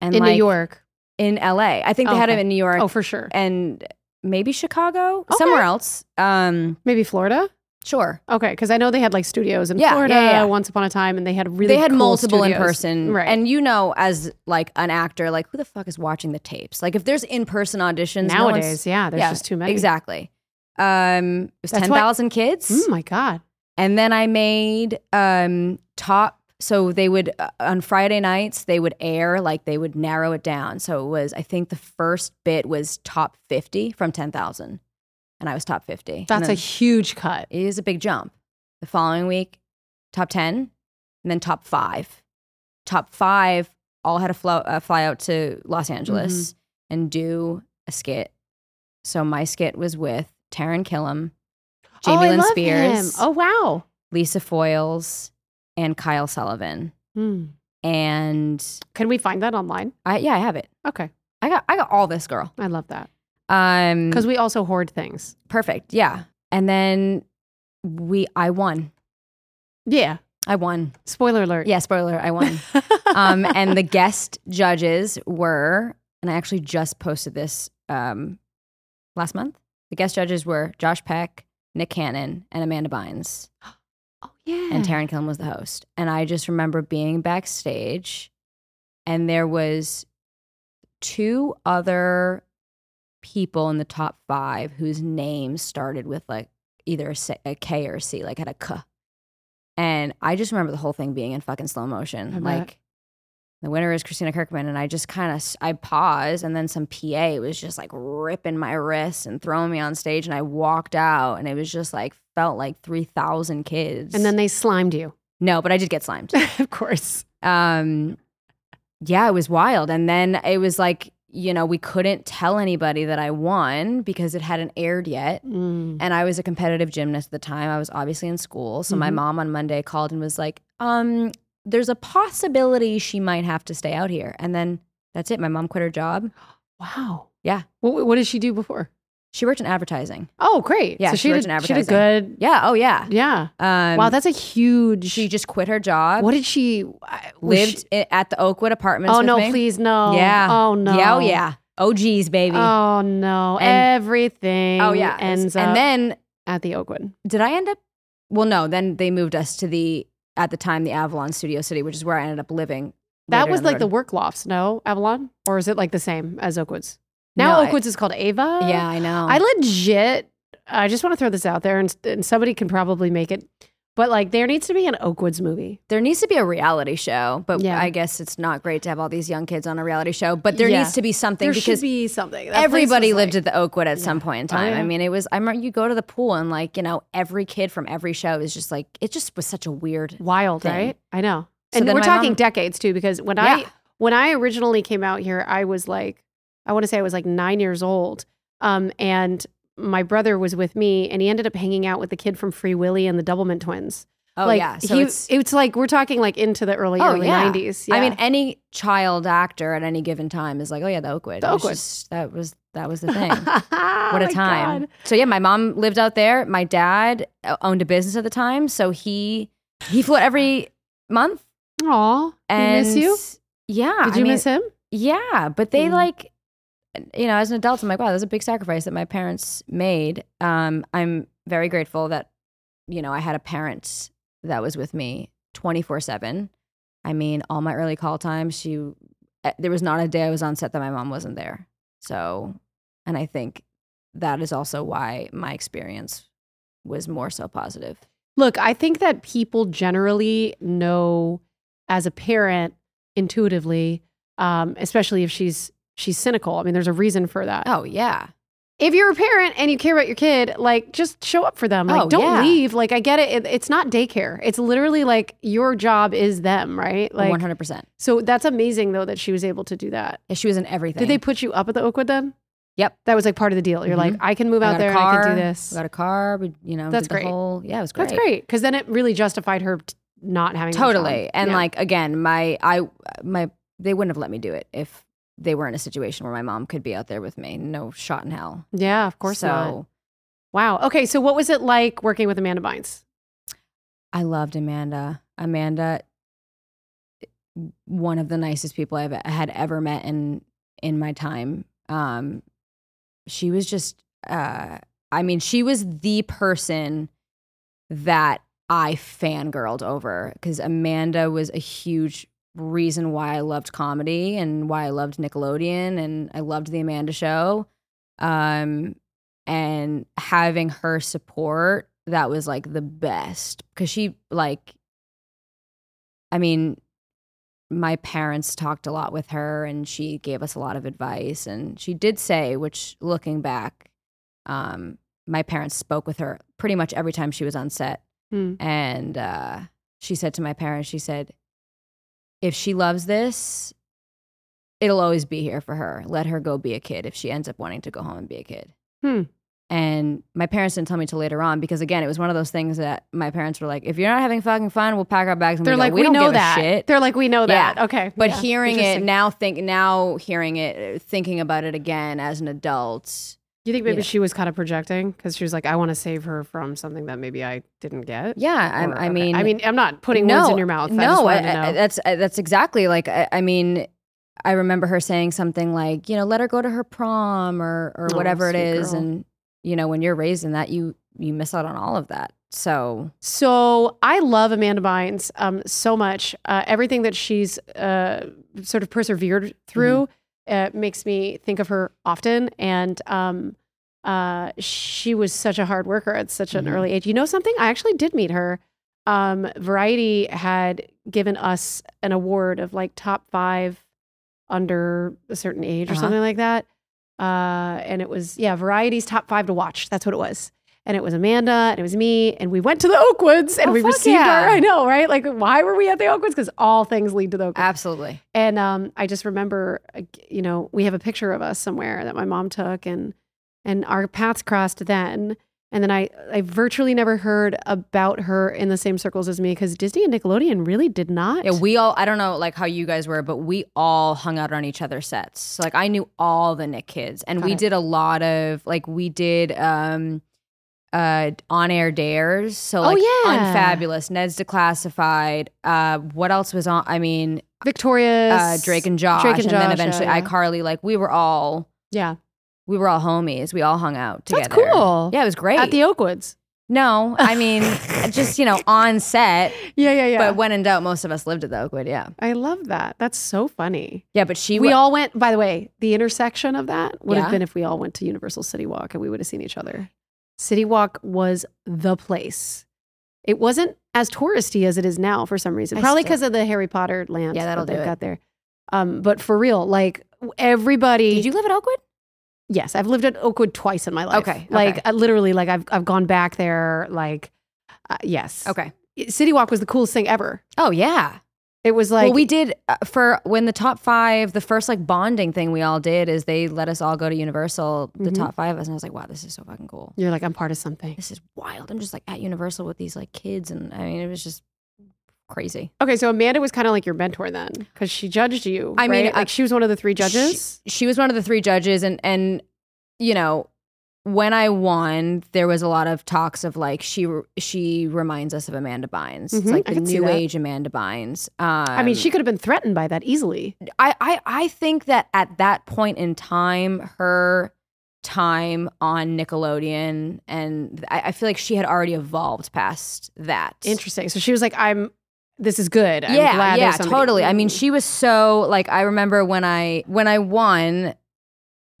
S2: and
S1: in
S2: like,
S1: New York.
S2: in L.A. I think they
S1: Oh,
S2: had
S1: okay.
S2: it in New York
S1: Oh, for sure.
S2: and maybe Chicago,
S1: Okay.
S2: somewhere else. Um.
S1: Maybe Florida.
S2: Sure.
S1: Okay, because I know they had like studios in
S2: Yeah, yeah,
S1: Florida
S2: yeah.
S1: once upon a time, and they had really
S2: they had
S1: cool
S2: multiple in
S1: studios.
S2: person
S1: right?
S2: and you know as like an actor like who the fuck is watching the tapes like if there's in-person auditions no one's-
S1: nowadays, yeah, there's just too many.
S2: exactly um it was
S1: That's
S2: 10,000 kids
S1: Oh my god.
S2: and then i made um top so they would uh, on friday nights they would air like they would narrow it down so it was i think the first bit was top 50 from 10,000 and i was top 50 And
S1: That's a
S2: then-
S1: huge cut.
S2: it is a big jump. The following week, top 10, and then top five. Top five all had to fly, uh, fly out to Los
S1: Mm-hmm.
S2: Angeles and do a skit. So my skit was with Taryn Killam, Jamie
S1: oh, I
S2: Lynn
S1: love
S2: Spears,
S1: Him. Oh wow.
S2: Lisa Foyles, and Kyle Sullivan.
S1: Hmm.
S2: And
S1: Can we find that online?
S2: I, yeah, I have it.
S1: Okay,
S2: I got, I got all this girl.
S1: I love that
S2: Um,
S1: because we also hoard things.
S2: perfect, yeah. And then we, I won.
S1: Yeah.
S2: I won.
S1: Spoiler alert. Oh,
S2: Yeah, spoiler, I won. um, and the guest judges were, and I actually just posted this um, last month. The guest judges were Josh Peck, Nick Cannon, and Amanda Bynes.
S1: oh yeah.
S2: And Taryn Killam was the host. And I just remember being backstage, and there was two other people in the top five whose names started with like either a C- a K or a C, like had a K. And I just remember the whole thing being in fucking slow
S1: I
S2: motion.
S1: bet.
S2: Like the winner is Christina Kirkman, and I just kind of I paused, and then some PA was just like ripping my wrist and throwing me on stage, and I walked out, and it was just like felt like three thousand kids.
S1: And then they slimed you,
S2: no, but I did get slimed.
S1: of course.
S2: um, yeah, it was wild, and then it was like you know we couldn't tell anybody that I won because it hadn't aired yet.
S1: Mm.
S2: And I was a competitive gymnast at the time. I was obviously in school. So my
S1: Mhm.
S2: mom on Monday called and was like, um, there's a possibility she might have to stay out here. And then that's it. My mom quit her job.
S1: Wow.
S2: Yeah.
S1: What, what did she do before?
S2: She worked in advertising.
S1: Oh, great.
S2: Yeah,
S1: so
S2: she
S1: she,
S2: worked
S1: did,
S2: in
S1: she did
S2: advertising.
S1: good.
S2: Yeah. Oh, yeah.
S1: Yeah.
S2: Um,
S1: wow, that's a huge.
S2: she just quit her job.
S1: what did she I- was
S2: lived
S1: she-
S2: i- at the Oakwood apartments.
S1: oh
S2: with
S1: no!
S2: me.
S1: Please no.
S2: Yeah.
S1: Oh no.
S2: Yeah. Oh, yeah. Oh, geez, baby.
S1: Oh no!
S2: And-
S1: Everything.
S2: oh, yeah.
S1: Ends
S2: and
S1: up
S2: then
S1: at the Oakwood.
S2: did I end up? Well, no. Then they moved us to the, at the time, the Avalon Studio City, which is where I ended up living.
S1: That
S2: later
S1: was
S2: down
S1: like the
S2: road.
S1: work lofts, no? Avalon, or is it like the same as Oakwoods? Now
S2: No, I-
S1: Oakwoods is called Ava.
S2: Yeah, I know.
S1: I legit. I just want to throw this out there, and, and somebody can probably make it. But like, there needs to be an Oakwoods movie.
S2: there needs to be a reality show, but
S1: Yeah.
S2: I guess it's not great to have all these young kids on a reality show. But there
S1: Yeah.
S2: needs to be something
S1: There should
S2: because
S1: be something. That place
S2: everybody
S1: was,
S2: lived
S1: like-
S2: at the Oakwood at some point in
S1: Oh,
S2: time.
S1: yeah.
S2: I mean, it was. I remember you go to the pool and like you know every kid from every show is just like it just was such a weird.
S1: wild,
S2: thing.
S1: right? I know.
S2: So
S1: and
S2: then
S1: we're
S2: my
S1: talking
S2: mom-
S1: decades too, because when
S2: Yeah.
S1: I when I originally came out here, I was like, I want to say I was like nine years old, um, and my brother was with me, and he ended up hanging out with the kid from Free Willy and the Doublemint Twins.
S2: Oh
S1: like,
S2: yeah, so
S1: he-
S2: it's.
S1: like we're talking like into the early
S2: Oh,
S1: early
S2: yeah.
S1: nineties.
S2: I mean, any child actor at any given time is like, oh yeah, the Oakwood.
S1: The
S2: It was
S1: Oakwood. Oh
S2: just- that was that was the thing.
S1: what
S2: what a time. So yeah, my mom lived out there. My dad uh, owned a business at the time, so he he flew out every month.
S1: Aw, and
S2: And
S1: miss you.
S2: Yeah.
S1: Did
S2: I
S1: you
S2: mean,
S1: miss him?
S2: Yeah, but they
S1: Mm.
S2: like, you know, as an adult, I'm like, wow, that's a big sacrifice that my parents made. Um, I'm very grateful that, you know, I had a parent that was with me 24 seven. I mean, all my early call times, she, eh, there was not a day I was on set that my mom wasn't there. So, and I think that is also why my experience was more so positive.
S1: Look, I think that people generally know as a parent intuitively, um, especially if she's she's cynical. I mean, there's a reason for that.
S2: Oh yeah.
S1: If you're a parent and you care about your kid, like just show up for them. Like
S2: Oh,
S1: don't
S2: yeah.
S1: leave. Like I get it. it. It's not daycare. It's literally like your job is them, right? Like
S2: One hundred percent.
S1: so that's amazing though that she was able to do that.
S2: She was in everything.
S1: Did they put you up at the Oakwood then?
S2: Yep.
S1: That was like part of the deal. You're like, I can move
S2: Mm-hmm. I
S1: out
S2: got
S1: there
S2: a car,
S1: and I can do this.
S2: I got a car. We, you know,
S1: That's
S2: did the
S1: great.
S2: whole- yeah, it was great.
S1: That's great because then it really justified her t- not having that job.
S2: Totally. And
S1: Yeah.
S2: like again, my I my they wouldn't have let me do it if they were in a situation where my mom could be out there with me. No shot in hell.
S1: yeah, of course
S2: so
S1: not. Wow. Okay, so what was it like working with Amanda Bynes?
S2: Oh I loved Amanda. Amanda, eh, one of the nicest people I've I had ever met in in my time. Um, she was just, uh, I mean, she was the person that I fangirled over because Amanda was a huge reason why I loved comedy and why I loved Nickelodeon and I loved the Amanda Show. Um, and having her support that was like the best because she like i mean my parents talked a lot with her and she gave us a lot of advice and she did say which looking back um my parents spoke with her pretty much every time she was on set
S1: Hmm.
S2: and uh she said to my parents she said if she loves this it'll always be here for her let her go be a kid if she ends up wanting to go home and be a kid
S1: Hmm.
S2: and my parents didn't tell me till later on because again it was one of those things that my parents were like if you're not having fucking fun we'll pack our bags and
S1: They're
S2: we
S1: like,
S2: go. we,
S1: we,
S2: don't
S1: know
S2: give a
S1: that.
S2: shit
S1: They're like, we know
S2: Yeah.
S1: that. Okay,
S2: but
S1: yeah.
S2: hearing it
S1: Interesting.
S2: now think now hearing it uh, thinking about it again as an adult
S1: you think maybe
S2: yeah.
S1: she was kind of projecting because she was like, I want to save her from something that maybe I didn't get.
S2: yeah I,
S1: Or-
S2: I
S1: okay.
S2: mean
S1: I mean, I'm not putting words in your mouth. I just
S2: No,
S1: wanted to
S2: I- I-
S1: know.
S2: that's I- that's exactly like I, I mean, I remember her saying something like, you know, let her go to her prom or or
S1: Oh,
S2: whatever it
S1: sweet
S2: is,
S1: girl.
S2: and you know, when you're raised in that, you you miss out on all of that. So
S1: So I love Amanda Bynes um, so much. Uh, everything that she's uh, sort of persevered through uh, makes me think of her often. And um, uh, she was such a hard worker at such an
S2: Mhm.
S1: early age. You know something? I actually did meet her. Um, Variety had given us an award of like top five under a certain age or
S2: Uh-huh.
S1: something like that. Uh, and it was, yeah, Variety's top five to watch. That's what it was and it was Amanda and it was me and we went to the Oakwoods and
S2: Oh,
S1: we
S2: fuck
S1: received
S2: yeah.
S1: our I know right like why were we at the Oakwoods because all things lead to the Oakwoods
S2: absolutely,
S1: and um I just remember uh, you know we have a picture of us somewhere that my mom took and and our paths crossed then and then I I virtually never heard about her in the same circles as me because Disney and Nickelodeon really did not
S2: yeah. We all I don't know like how you guys were, but we all hung out on each other's sets. So, like I knew all the Nick kids, and
S1: Got
S2: we
S1: it.
S2: did a lot of like we did. um uh on air dares so
S1: Oh,
S2: like
S1: yeah.
S2: unfabulous ned's declassified uh what else was on i mean
S1: Victoria's
S2: uh, Drake and Josh,
S1: Drake and
S2: then
S1: Josh,
S2: eventually
S1: yeah, yeah.
S2: iCarly. Like we were all
S1: yeah
S2: we were all homies. We all hung out
S1: That's
S2: together.
S1: cool.
S2: Yeah, it was great.
S1: at the Oakwoods
S2: no, I mean just you know on set.
S1: yeah yeah yeah
S2: But when in doubt, most of us lived at the Oakwood. Yeah,
S1: I love that that's so funny
S2: yeah. But she
S1: we
S2: wa-
S1: all went by the way the intersection of that would
S2: Yeah.
S1: have been if we all went to universal city walk and we would have seen each other city walk was the place it wasn't as touristy as it is now for some reason
S2: I
S1: probably
S2: still-
S1: because of the harry potter land
S2: Yeah, that'll
S1: that
S2: do
S1: they've
S2: it.
S1: got there um, but for real like everybody
S2: Did you live at Oakwood?
S1: yes i've lived at oakwood twice in my life
S2: Okay,
S1: like
S2: okay.
S1: I literally like i've, I've gone back there like uh, yes
S2: Okay.
S1: city walk was the coolest thing ever
S2: Oh yeah.
S1: it was like
S2: well, we did uh, for when the top five, the first like bonding thing we all did is they let us all go to Universal, the
S1: Mhm.
S2: top five of us, and I was like, wow, this is so fucking cool.
S1: you're like i'm part of something
S2: This is wild. I'm just like at Universal with these like kids, and I mean, it was just crazy.
S1: Okay, so Amanda was kind of like your mentor then, because she judged you.
S2: I mean,
S1: right?
S2: I-
S1: like she was one of the three
S2: she-
S1: judges.
S2: she was one of the three judges and and you know when i won there was a lot of talks of like she she reminds us of amanda bynes it's
S1: Mhm,
S2: like
S1: I
S2: the
S1: could see
S2: new
S1: that.
S2: age amanda bynes um,
S1: I mean, she could have been threatened by that easily.
S2: I, I i think that at that point in time her time on nickelodeon and i, I feel like she had already evolved past that
S1: Interesting. So she was like, "I'm. This is good. I'm
S2: yeah,
S1: glad
S2: yeah,
S1: there's somebody-
S2: totally. I mean,
S1: Mm.
S2: she was so like I remember when I when I won,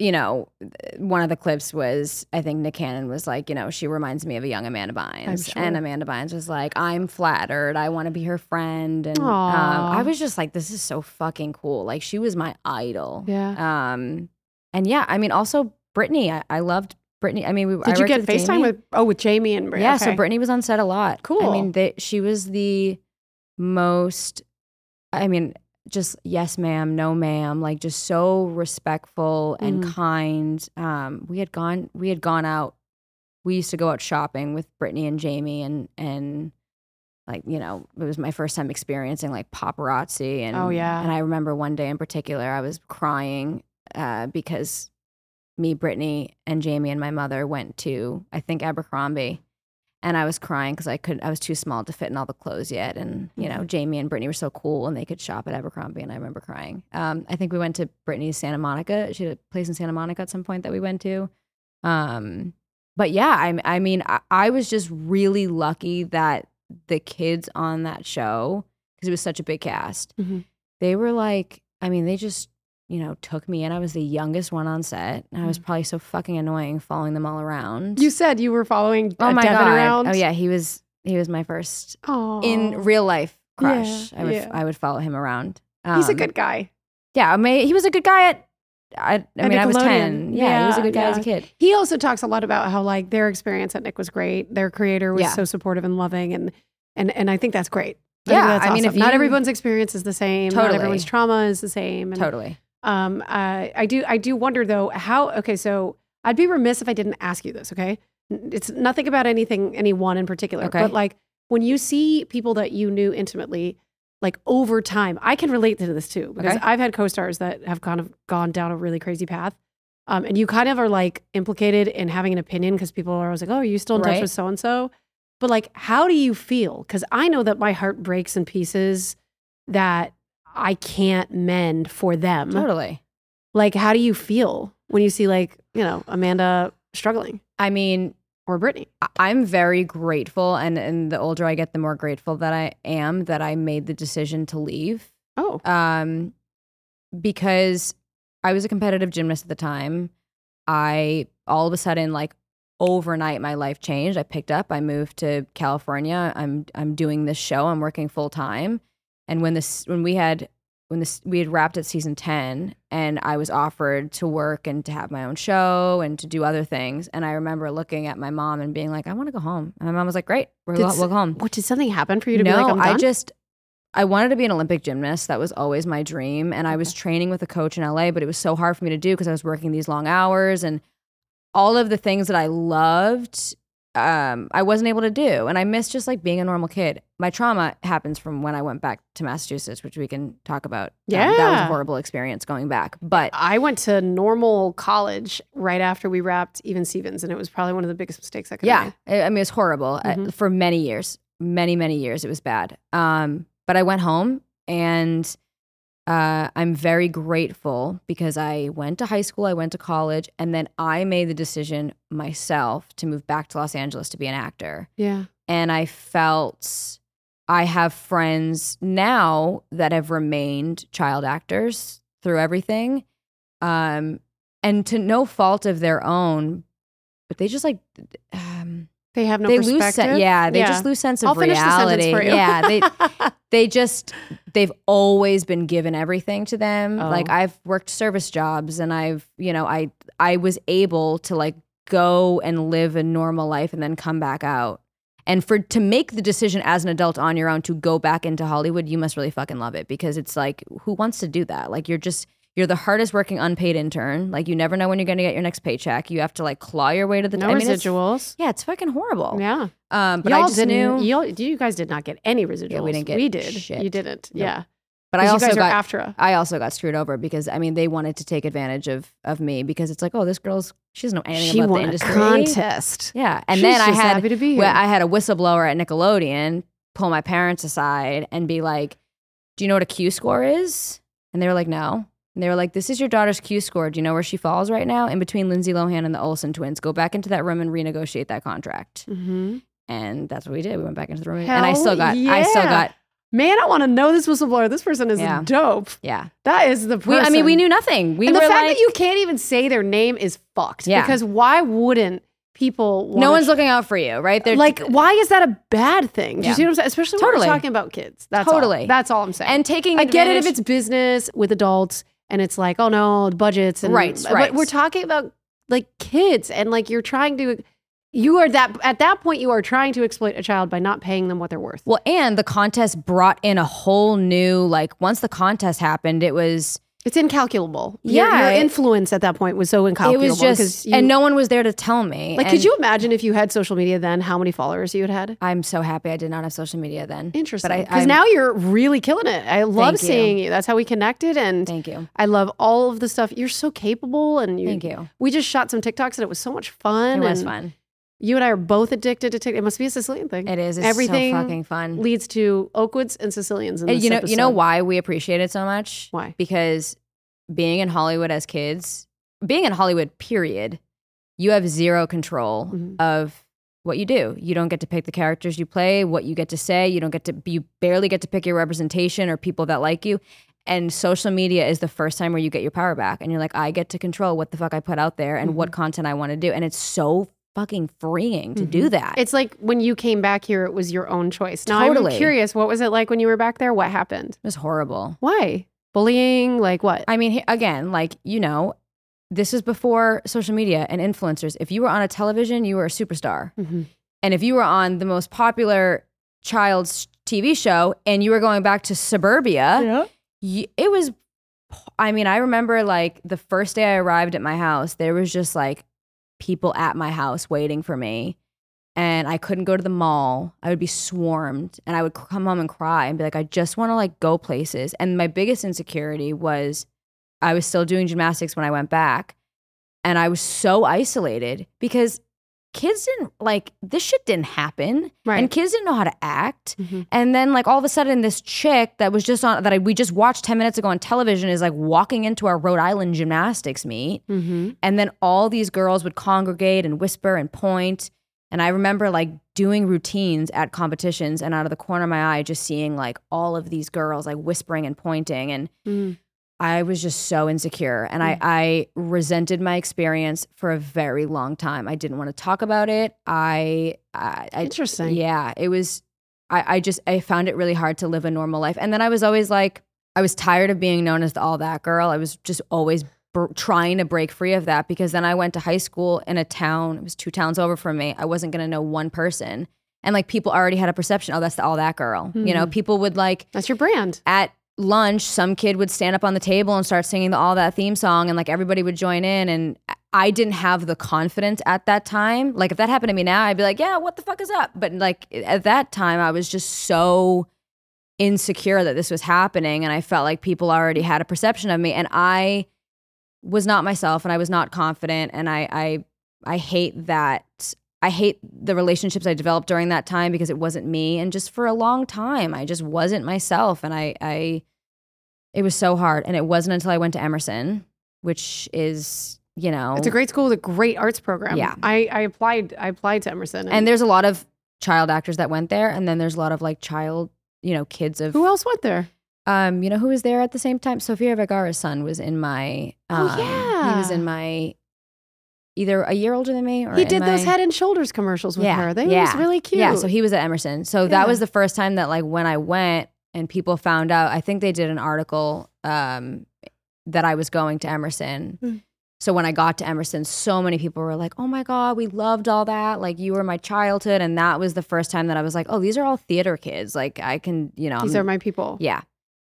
S2: you know, th- one of the clips was I think Nick Cannon was like, you know, she reminds me of a young Amanda Bynes,
S1: sure.
S2: and Amanda Bynes was like, I'm flattered, I want to be her friend, and um,
S1: Aw.
S2: I was just like, this is so fucking cool. Like she was my idol.
S1: Yeah.
S2: Um, and yeah, I mean, also Brittany, I, I loved Brittany. I mean, we I
S1: Did you
S2: worked
S1: get
S2: with
S1: FaceTime
S2: Jamie.
S1: with oh with Jamie and Bri-
S2: Yeah,
S1: okay.
S2: so Brittany was on set a lot. I
S1: Cool.
S2: mean, they, she was the most, I mean, just yes, ma'am, no, ma'am, like just so respectful and
S1: Mhm.
S2: kind. Um, we had gone, we had gone out. We used to go out shopping with Brittany and Jamie, and and like you know, it was my first time experiencing like paparazzi, and
S1: Oh, yeah.
S2: And I remember one day in particular, I was crying uh, because me, Brittany, and Jamie and my mother went to I think Abercrombie, and I was crying because I could I was too small to fit in all the clothes yet. And you
S1: Mm-hmm.
S2: know, Jamie and Brittany were so cool, and they could shop at Abercrombie, and I remember crying. Um, I think we went to Brittany's Santa Monica. She had a place in Santa Monica at some point that we went to. Um, but yeah, I, I mean, I, I was just really lucky that the kids on that show because it was such a big cast.
S1: Mhm.
S2: They were like, I mean, they just you know took me in. I was the youngest one on set, and I was probably so fucking annoying following them all around.
S1: Mm-hmm. you said you were following
S2: Oh
S1: uh,
S2: my
S1: Devin
S2: god!
S1: around.
S2: Oh yeah, he was he was my first
S1: Aw.
S2: in real life crush.
S1: Yeah,
S2: I would
S1: yeah.
S2: I would follow him around.
S1: He's a
S2: Um,
S1: good guy.
S2: Yeah, I mean, he was a good guy at. I, I
S1: At
S2: mean, I was
S1: Nickelodeon.
S2: ten. Yeah, he was a
S1: Yeah,
S2: good guy as a
S1: yeah.
S2: kid.
S1: He also talks a lot about how like their experience at Nick was great. Their creator was
S2: Yeah.
S1: so supportive and loving, and and and I think that's great. I
S2: Yeah,
S1: think that's
S2: I mean,
S1: awesome.
S2: if
S1: not
S2: you-
S1: everyone's experience is the same, not
S2: Totally.
S1: everyone's trauma is the same. and,
S2: Totally.
S1: Um, uh, I do I do wonder though how okay so I'd be remiss if I didn't ask you this. Okay, N- it's nothing about anything anyone in particular,
S2: Okay.
S1: but like when you see people that you knew intimately. Like over time, I can relate to this too because
S2: Okay.
S1: I've had co-stars that have kind of gone down a really crazy path, um, and you kind of are like implicated in having an opinion because people are always like, "Oh, are you still in touch
S2: Right.
S1: with so and so?" But like, how do you feel? Because I know that my heart breaks in pieces that I can't mend for them.
S2: Totally.
S1: Like, how do you feel when you see like you know Amanda struggling
S2: I mean,
S1: or Brittany?
S2: I- I'm very grateful, and and the older I get, the more grateful that I am that I made the decision to leave.
S1: Oh,
S2: um, because I was a competitive gymnast at the time. I all of a sudden, like overnight, my life changed. I picked up. I moved to California. I'm I'm doing this show. I'm working full time. And when this when we had when this we had wrapped at season ten, and I was offered to work and to have my own show and to do other things. And I remember looking at my mom and being like, I want to go home. And my mom was like, Great, we're
S1: Did
S2: go,
S1: s-
S2: we'll go home
S1: what did something happen for you to be like?
S2: no,
S1: I'm done?
S2: I just I wanted to be an Olympic gymnast. That was always my dream, and I was training with a coach in LA, but it was so hard for me to do because I was working these long hours and all of the things that I loved. Um, I wasn't able to do, and I missed just like being a normal kid. My trauma happens from when I went back to Massachusetts, which we can talk about. Um, that was
S1: Yeah.
S2: a horrible experience going back, but
S1: I went to normal college right after we wrapped Even Stevens, and it was probably one of the biggest mistakes I could. have
S2: Yeah,
S1: made.
S2: I, I mean, it was horrible uh,
S1: Mhm.
S2: for many years, many many years. It was bad. Um, but I went home, and uh, I'm very grateful because I went to high school, I went to college, and then I made the decision myself to move back to Los Angeles to be an actor
S1: yeah.
S2: and I felt I have friends now that have remained child actors through everything. Um, and to no fault of their own, but they just like um,
S1: They have no
S2: they lose
S1: perspective.
S2: se- yeah, they just lose sense of
S1: I'll finish
S2: reality.
S1: the sentence for you.
S2: yeah, they they just they've always been given everything to them
S1: Oh.
S2: like i've worked service jobs and i've you know i i was able to like go and live a normal life and then come back out and for to make the decision as an adult on your own to go back into hollywood you must really fucking love it because it's like who wants to do that like you're just you're the hardest working unpaid intern like you never know when you're going to get your next paycheck you have to like claw your way to the
S1: no
S2: I mean, it's-
S1: residuals.
S2: yeah it's fucking horrible
S1: yeah.
S2: um but i just
S1: didn't,
S2: knew
S1: Y'all, you guys did not get any residuals.
S2: didn't get
S1: We did.
S2: shit.
S1: You didn't.
S2: Nope.
S1: Yeah.
S2: but i
S1: 'Cause
S2: also
S1: you guys
S2: got
S1: are after a.
S2: I also got screwed over because I mean they wanted to take advantage of of me because it's like oh this girl's she doesn't know anything
S1: She
S2: about
S1: won
S2: the industry.
S1: a contest.
S2: Yeah, and
S1: She's
S2: then I
S1: just
S2: had
S1: happy to be here.
S2: well, I had a whistleblower at Nickelodeon pull my parents aside and be like, "Do you know what a Q score is?" And they were like, "No." And they were like, "This is your daughter's Q score. Do you know where she falls right now? In between Lindsay Lohan and the Olsen twins. Go back into that room and renegotiate that contract."
S1: mm-hmm.
S2: And that's what we did. We went back into the room, and I
S1: Hell
S2: still got I still
S1: yeah.
S2: got
S1: man, I want to know this whistleblower. This person is
S2: Yeah.
S1: dope.
S2: Yeah.
S1: That is the person.
S2: We, I mean, we knew nothing. We
S1: and the
S2: were
S1: fact
S2: like,
S1: that you can't even say their name is fucked.
S2: Yeah.
S1: Because why wouldn't people?
S2: no
S1: wanna
S2: one's
S1: tr-
S2: looking out for you, right? They're
S1: like, why is that a bad thing? Do
S2: Yeah.
S1: you see what I'm saying? Especially
S2: Totally.
S1: when we're talking about kids. That's all.
S2: Totally.
S1: That's all I'm saying.
S2: and taking.
S1: I get it if
S2: advantage-
S1: it's business with adults and it's like, oh no, budgets and
S2: Right,
S1: But
S2: right.
S1: we're talking about like kids and like you're trying to, you are that at that point you are trying to exploit a child by not paying them what they're worth.
S2: Well, and the contest brought in a whole new like. Once the contest happened, it was
S1: It's incalculable. Your-
S2: Yeah,
S1: your,
S2: it-
S1: influence at that point was so
S2: it
S1: incalculable.
S2: was
S1: 'cause
S2: just,
S1: you-
S2: and no one was there to tell me.
S1: Like,
S2: And
S1: could you imagine if you had social media then, how many followers you had had?
S2: I'm so happy I did not have social media then.
S1: Interesting.
S2: But I-
S1: Because
S2: I'm-
S1: now you're really killing it. I love
S2: Thank you.
S1: seeing you. That's how we connected, and
S2: Thank you.
S1: I love all of the stuff. You're so capable, and you.
S2: Thank you.
S1: We just shot some TikToks, and it was so much
S2: It
S1: fun.
S2: was
S1: and
S2: fun.
S1: You and I are both addicted to TikTok. It must be a Sicilian thing.
S2: It is. It's
S1: Everything
S2: so fucking fun.
S1: leads to Oakwoods and Sicilians. In
S2: And
S1: this
S2: you know, you know
S1: episode.
S2: why we appreciate it so much?
S1: Why?
S2: Because being in Hollywood as kids, being in Hollywood, period, you have zero control
S1: Mhm.
S2: of what you do. You don't get to pick the characters you play, what you get to say. You don't get to. You barely get to pick your representation or people that like you. And social media is the first time where you get your power back, and you're like, I get to control what the fuck I put out there and what
S1: Mm-hmm.
S2: content I want to do, and it's so fucking freeing to do that.
S1: Mm-hmm. It's like when you came back here, it was your own choice. Now
S2: Totally.
S1: I'm curious, what was it like when you were back there? What happened?
S2: it was horrible.
S1: Why? Bullying? Like what?
S2: I mean, he- again, like, you know, this is before social media and influencers. If you were on a television, you were a superstar.
S1: Mhm.
S2: And if you were on the most popular child's TV show and you were going back to suburbia, y- it was, I mean, I remember like the first day I arrived at my house, there was just like people at my house waiting for me. And I couldn't go to the mall. I would be swarmed and I would come home and cry and be like, I just want to like go places. And my biggest insecurity was I was still doing gymnastics when I went back. And I was so isolated because kids didn't like this shit didn't happen.
S1: Right.
S2: And kids didn't know how to act.
S1: Mhm.
S2: And then like all of a sudden this chick that was just on that I, we just watched 10 minutes ago on television is like walking into our Rhode Island gymnastics meet.
S1: Mm-hmm.
S2: And then all these girls would congregate and whisper and point. And I remember like doing routines at competitions and out of the corner of my eye, just seeing like all of these girls like whispering and pointing. And
S1: Mm.
S2: I was just so insecure. And I, I resented my experience for a very long time. I didn't want to talk about it. I, I, I
S1: Interesting.
S2: yeah, it was. I, I just I found it really hard to live a normal life, and then I was always like, I was tired of being known as the all that girl. I was just always br- trying to break free of that because then I went to high school in a town. It was two towns over from me. I wasn't gonna know one person, and like people already had a perception. Oh, that's the all that girl. You know, people would like
S1: That's your brand.
S2: at lunch, some kid would stand up on the table and start singing the all that theme song, and like everybody would join in. And I didn't have the confidence at that time. Like if that happened to me now, I'd be like, yeah, what the fuck is up? But like at that time, I was just so insecure that this was happening, and I felt like people already had a perception of me, and I was not myself, and I was not confident, and I I I hate that. I hate the relationships I developed during that time because it wasn't me. And just for a long time, I just wasn't myself. And I, I, it was so hard. And it wasn't until I went to Emerson, which is, you know,
S1: It's a great school with a great arts program.
S2: Oh. Yeah.
S1: I, I applied I applied to Emerson.
S2: and there's a lot of child actors that went there. And then there's a lot of like child, you know, kids of,
S1: who else went there?
S2: um, you know, who was there at the same time? Sofia Vergara's son was in my,
S1: Oh,
S2: um, he was
S1: yeah.
S2: in my, either a year older than me or
S1: He
S2: in
S1: did those
S2: my-
S1: head and shoulders commercials with her. They was really cute.
S2: Yeah, so he was at Emerson. So
S1: Yeah.
S2: that was the first time that like when I went and people found out, I think they did an article um that I was going to Emerson.
S1: Mm.
S2: So when I got to Emerson, so many people were like, "Oh my god, we loved all that. Like you were my childhood." And that was the first time that I was like, "Oh, these are all theater kids. Like I can, you know,
S1: These are
S2: I'm-
S1: my people.
S2: um, Yeah.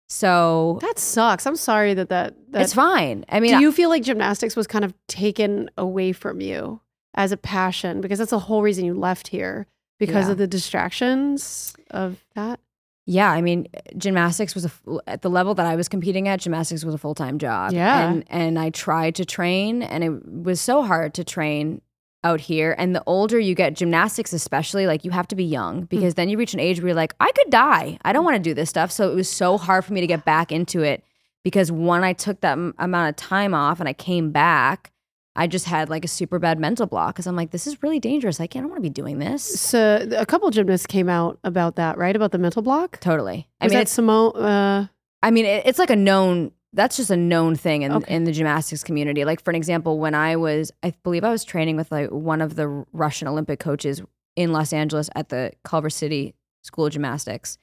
S2: So
S1: That sucks. I'm sorry that that, that
S2: it's fine. I mean,
S1: Do you feel like gymnastics was kind of taken away from you as a passion? Because that's the whole reason you left here because
S2: Yeah.
S1: of the distractions of that.
S2: Yeah, I mean, gymnastics was a f- at the level that I was competing at. Gymnastics was a full time job.
S1: Yeah.
S2: and and I tried to train, and it was so hard to train out here. And the older you get, gymnastics especially, like you have to be young
S1: Mm.
S2: because then you reach an age where you're like, I could die. I don't want to do this stuff. So it was so hard for me to get back into it because when I took that m- amount of time off and I came back, I just had like a super bad mental block because I'm like, this is really dangerous. I can't, I don't want to be doing this.
S1: So a couple gymnasts came out about that, right? About the mental block.
S2: Totally. I
S1: Was
S2: mean,
S1: that
S2: it's,
S1: Simone? Uh,
S2: I mean, it, it's like a known. That's just a known thing in,
S1: Okay.
S2: in the gymnastics community. Like for an example, when I was, I believe I was training with like one of the Russian Olympic coaches in Los Angeles at the Culver City School of Gymnastics,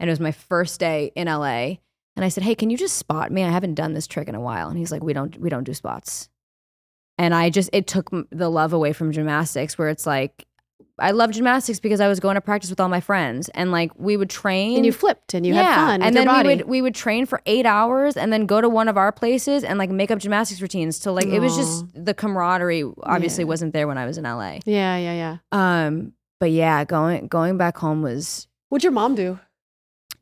S2: and it was my first day in LA. And I said, "Hey, can you just spot me? I haven't done this trick in a while." And he's like, "We don't, we don't do spots." And I just, it took m- the love away from gymnastics, where it's like, I love gymnastics because I was going to practice with all my friends, and like we would train
S1: and you flipped and you had fun. with
S2: and then
S1: your body.
S2: we would we would train for eight hours and then go to one of our places and like make up gymnastics routines to like it was just the camaraderie obviously
S1: Yeah.
S2: wasn't there when I was in LA.
S1: Yeah, yeah, yeah.
S2: Um, but yeah, going going back home was
S1: What'd your mom do?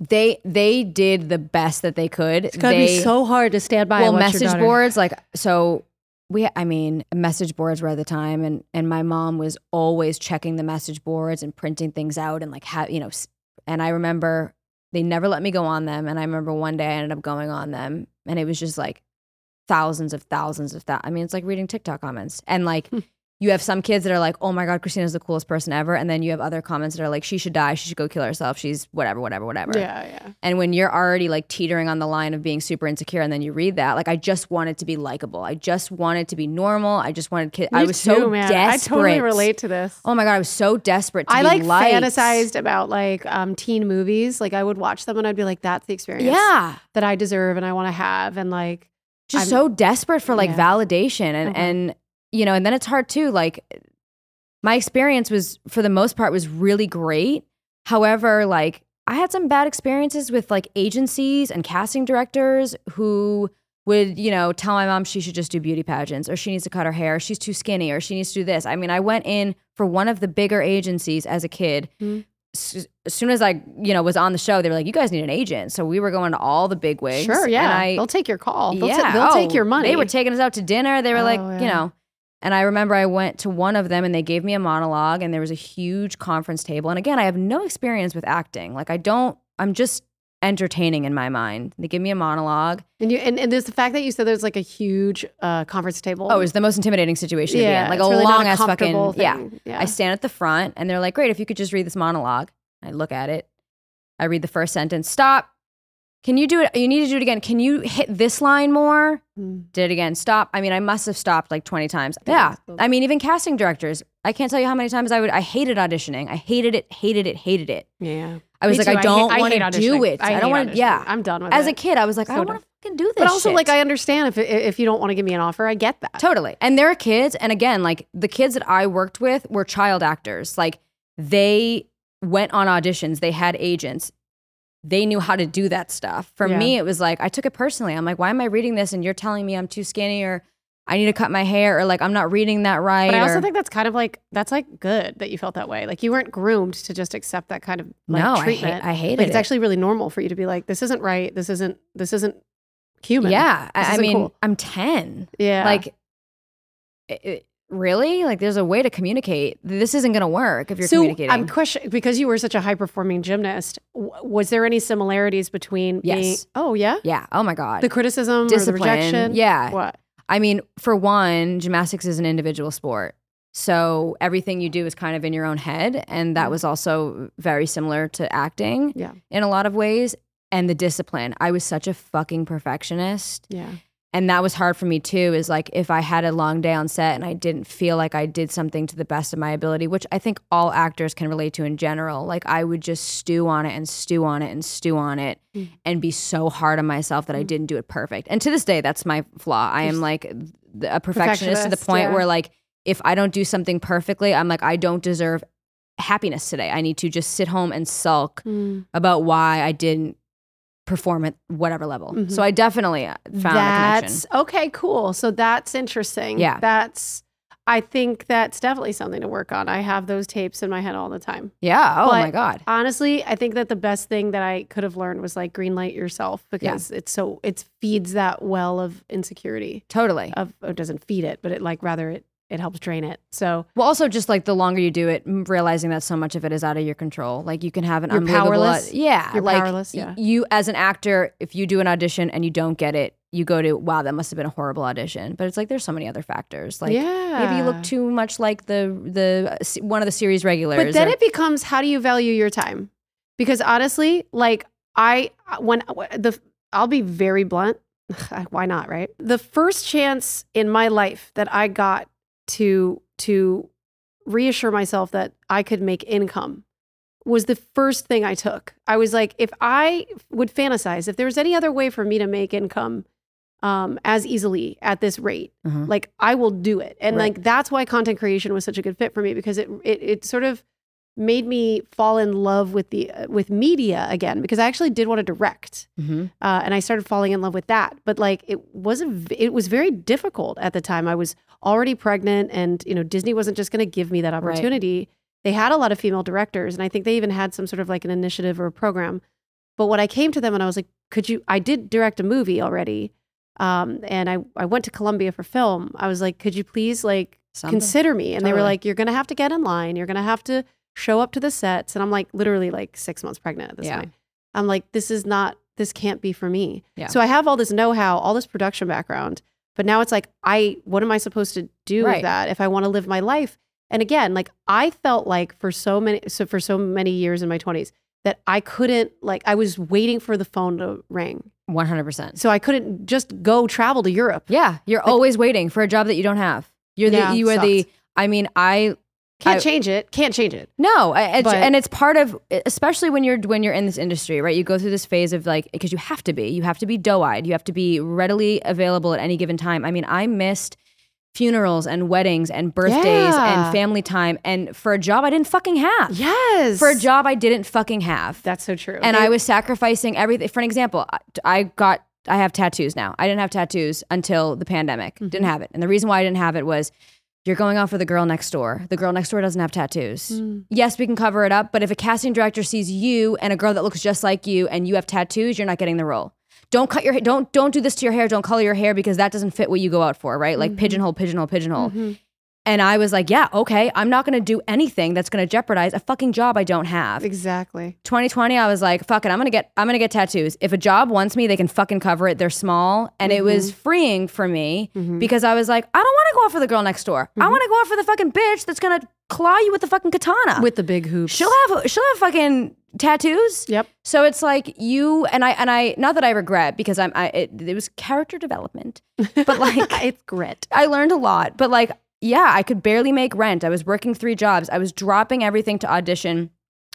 S2: they they did the best that they could.
S8: It's gotta
S2: they,
S8: be so hard to stand by.
S2: well
S8: and watch your
S2: message
S8: daughter.
S2: boards like so we i mean message boards were at the time and and my mom was always checking the message boards and printing things out and like how you know s- and i remember they never let me go on them and i remember one day i ended up going on them and it was just like thousands of thousands of that i mean it's like reading tiktok comments and like
S8: Hmm.
S2: you have some kids that are like oh my god christina's the coolest person ever and then you have other comments that are like she should die she should go kill herself she's whatever whatever whatever
S1: Yeah, yeah.
S2: and when you're already like teetering on the line of being super insecure, and then you read that, like I just wanted to be likable. I just wanted to be normal. I just wanted kids. I
S1: Me
S2: was
S1: too,
S2: so
S1: man.
S2: desperate.
S1: I totally relate to this.
S2: Oh my god, I was so desperate. To
S1: I like
S2: be liked.
S1: fantasized about like um, teen movies. Like I would watch them and I'd be like, "That's the experience
S2: Yeah,
S1: that I deserve and I want to have." And like,
S2: just
S1: I'm-
S2: so desperate for like
S1: Yeah.
S2: validation, and
S1: Mhm.
S2: and you know, and then it's hard too. Like my experience was, for the most part, was really great. However, like I had some bad experiences with like agencies and casting directors who would, you know, tell my mom she should just do beauty pageants or she needs to cut her hair, or she's too skinny or she needs to do this. I mean, I went in for one of the bigger agencies as a kid.
S1: Mhm.
S2: S- As soon as I, you know, was on the show, they were like, "You guys need an agent." So we were going to all the big wigs.
S1: sure, yeah,
S2: And I,
S1: they'll take your call. They'll, ta-
S2: yeah.
S1: they'll take
S2: Oh,
S1: your money.
S2: They were taking us out to dinner. They were like,
S1: Oh,
S2: you
S1: yeah.
S2: know. And I remember I went to one of them and they gave me a monologue and there was a huge conference table. And again, I have no experience with acting. Like I don't I'm just entertaining in my mind. They give me a monologue.
S1: and you and, and there's the fact that you said there's like a huge uh, conference table.
S2: Oh, it was the most intimidating situation at the
S1: yeah,
S2: end. Like
S1: it's
S2: a
S1: really not
S2: long ass fucking
S1: comfortable
S2: yeah.
S1: thing. yeah.
S2: I stand at the front and they're like, great, if you could just read this monologue. I look at it. I read the first sentence. Stop. Can you do it? You need to do it again. Can you hit this line more?
S1: Mm.
S2: Did it again. Stop. I mean, I must have stopped like 20 times. Yeah. I mean, even casting directors. I can't tell you how many times I would, I hated auditioning. I hated it, hated it, hated it.
S1: yeah.
S2: I was
S1: Me
S2: like,
S1: too.
S2: I don't
S1: hate-
S2: want
S1: hate
S2: to do
S1: auditioning.
S2: it. I, don't
S1: hate
S2: want
S1: auditioning.
S2: to, yeah.
S1: I'm done with
S2: As
S1: it.
S2: a kid, I was like, I
S1: So
S2: don't want to fucking do this.
S1: But also,
S2: shit.
S1: like, I understand if if you don't want to give me an offer, I get that.
S2: Totally. And there are kids, and again, like the kids that I worked with were child actors. Like they went on auditions, they had agents, they knew how to do that stuff. For
S1: Yeah.
S2: me, it was like I took it personally. I'm like, why am I reading this and you're telling me I'm too skinny or I need to cut my hair or like I'm not reading that right?
S1: But I also
S2: or-
S1: think that's kind of like that's like good that you felt that way. Like you weren't groomed to just accept that kind of like
S2: no, I,
S1: treatment.
S2: hate, I hated
S1: like it's
S2: it.
S1: actually really normal for you to be like, this isn't right. This isn't this isn't human.
S2: yeah.
S1: This
S2: I, I
S1: isn't
S2: mean,
S1: cool.
S2: I'm 10.
S1: yeah.
S2: Like, it- it- really? Like, there's a way to communicate. This isn't going to work if you're
S1: so
S2: communicating.
S1: I'm question because you were such a high performing gymnast. W- was there any similarities between being?
S2: Yes.
S1: Oh yeah.
S2: yeah. Oh my God.
S1: The criticism, Or
S2: Discipline.
S1: the rejection.
S2: Yeah.
S1: What?
S2: I mean, for one, gymnastics is an individual sport. So everything you do is kind of in your own head. And that was also very similar to acting
S1: Yeah.
S2: in a lot of ways. And the discipline. I was such a fucking perfectionist.
S1: Yeah.
S2: And that was hard for me too, is like if I had a long day on set and I didn't feel like I did something to the best of my ability, which I think all actors can relate to in general, like I would just stew on it and stew on it and stew on it
S1: Mm.
S2: and be so hard on myself that I didn't do it perfect. And to this day, that's my flaw. I am like th- a perfectionist to the
S1: Perfectionist,
S2: point
S1: yeah.
S2: where like if I don't do something perfectly, I'm like I don't deserve happiness today. I need to just sit home and sulk
S1: Mm.
S2: about why I didn't perform at whatever level.
S1: Mhm.
S2: So I definitely found a connection.
S1: that's okay. Cool. So that's interesting.
S2: Yeah.
S1: That's. I think that's definitely something to work on. I have those tapes in my head all the time.
S2: Yeah. Oh
S1: But
S2: my god.
S1: Honestly, I think that the best thing that I could have learned was like green light yourself because it's so it feeds that well of insecurity.
S2: Totally.
S1: Of or it doesn't feed it, but it like rather it it helps drain it. So
S2: Well, also just like the longer you do it, m- realizing that so much of it is out of your control. Like you can have an
S1: You're
S2: unbelievable,
S1: powerless.
S2: yeah,
S1: You're
S2: like
S1: powerless,
S2: y-
S1: yeah.
S2: you as an actor, if you do an audition and you don't get it, you go to, wow, that must have been a horrible audition. But it's like there's so many other factors. Like maybe you
S1: Yeah.
S2: look too much like the the uh, se- one of the series regulars.
S1: But then
S2: or-
S1: it becomes how do you value your time? Because honestly, like I uh, when the I'll be very blunt. Why not, right? The first chance in my life that I got to to reassure myself that I could make income was the first thing I took. I was like, if I would fantasize, if there was any other way for me to make income um, as easily at this rate,
S2: Mhm.
S1: like I will do it. And
S2: Right.
S1: like that's why content creation was such a good fit for me because it it, it sort of made me fall in love with the uh, with media again because I actually did want to direct
S2: Mhm.
S1: uh, and I started falling in love with that. But like it wasn't, v- it was very difficult at the time. I was already pregnant, and you know Disney wasn't just going to give me that
S2: Right.
S1: opportunity. They had a lot of female directors, and I think they even had some sort of like an initiative or a program. But when I came to them and I was like, "Could you?" I did direct a movie already, um, and I I went to Columbia for film. I was like, "Could you please like
S2: Something.
S1: consider me?" And they were
S2: Totally.
S1: like, "You're going to have to get in line. You're going to have to show up to the sets." And I'm like, literally like six months pregnant at this
S2: Yeah.
S1: point. I'm like, this is not, this can't be for me.
S2: Yeah.
S1: So I have all this know how, all this production background, but now it's like, I, what am I supposed to do
S2: Right.
S1: with that if I want to live my life? And again, like I felt like for so many, so for so many years in my 20s that I couldn't, like, I was waiting for the phone to ring.
S2: 100%.
S1: So I couldn't just go travel to Europe.
S2: Yeah, you're always waiting for a job that you don't have. You're
S1: Yeah,
S2: the you are the I mean, I
S1: Can't
S2: I-
S1: change it. Can't change it.
S2: No, I, it's,
S1: But-
S2: and it's part of, e, especially when you're when you're in this industry, right? You go through this phase of like, because you have to be, you have to be doe-eyed, you have to be readily available at any given time. I mean, I missed funerals and weddings and birthdays
S1: Yeah.
S2: and family time, and for a job I didn't fucking have,
S1: Yes.
S2: for a job I didn't fucking have,
S1: That's so true.
S2: and I was sacrificing everything. For an example, I- I got I have tattoos now. I didn't have tattoos until the pandemic. Didn't have it, and the reason why I didn't have it was you're going off with the girl next door. The girl next door doesn't have tattoos. Yes, we can cover it up, but if a casting director sees you and a girl that looks just like you and you have tattoos, you're not getting the role. Don't cut your hair. Don't don't do this to your hair. Don't color your hair because that doesn't fit what you go out for, right? Like pigeonhole, pigeonhole, pigeonhole. And I was like, yeah, okay, I'm not going to do anything that's going to jeopardize a fucking job I don't have.
S1: exactly.
S2: 2020 i was like fuck it i'm gonna get i'm gonna get tattoos if a job wants me they can fucking cover it they're small and it was
S1: Mm-hmm.
S2: freeing for me because i was like i don't want to go out for the girl next door
S1: Mm-hmm.
S2: i want to go out for the fucking bitch that's gonna claw you with the fucking katana
S1: With the big hoops.
S2: she'll have she'll have fucking tattoos
S1: Yep.
S2: so it's like you and i and i not that i regret because i'm i it, it was character development but like
S1: it's grit.
S2: I learned a lot, but like, yeah, I could barely make rent. I was working three jobs. I was dropping everything to audition.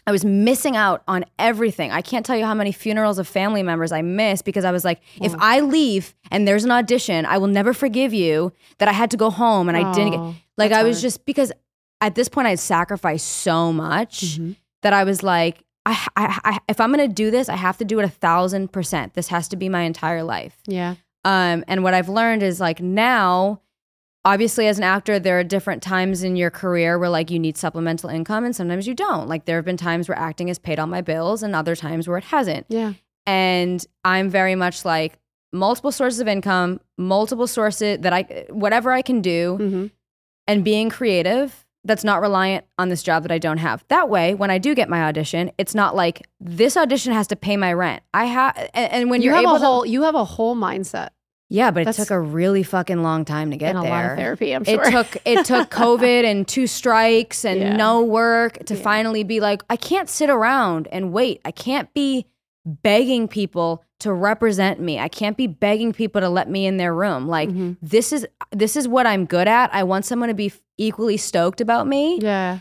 S2: I was missing out on everything. I can't tell you how many funerals of family members I missed because I was like, if I leave and there's an audition, I will never forgive you that I had to go home and I didn't
S1: Oh,
S2: get. Like,
S1: that's
S2: I was
S1: hard.
S2: just because at this point I had sacrificed so much
S1: Mm-hmm.
S2: that I was like, I, I, I, if I'm gonna do this, I have to do it a thousand percent. This has to be my entire life.
S1: Yeah.
S2: Um, and what I've learned is like now, obviously, as an actor, there are different times in your career where like you need supplemental income and sometimes you don't. Like there have been times where acting has paid all my bills and other times where it hasn't.
S1: Yeah.
S2: And I'm very much like multiple sources of income, multiple sources that I, whatever I can do,
S1: Mm-hmm.
S2: and being creative that's not reliant on this job that I don't have. That way, when I do get my audition, it's not like this audition has to pay my rent. I have, and, and when
S1: you
S2: you're
S1: have
S2: able
S1: a whole
S2: to,
S1: you have a whole mindset
S2: yeah, but it
S1: That's-
S2: took a really fucking long time to get
S1: and a
S2: there.
S1: lot of therapy. I'm sure
S2: It took it took COVID and two strikes and
S1: Yeah.
S2: no work to finally be like, I can't sit around and wait. I can't be begging people to represent me. I can't be begging people to let me in their room. Like
S1: Mhm.
S2: this is this is what I'm good at. I want someone to be equally stoked about me
S1: yeah,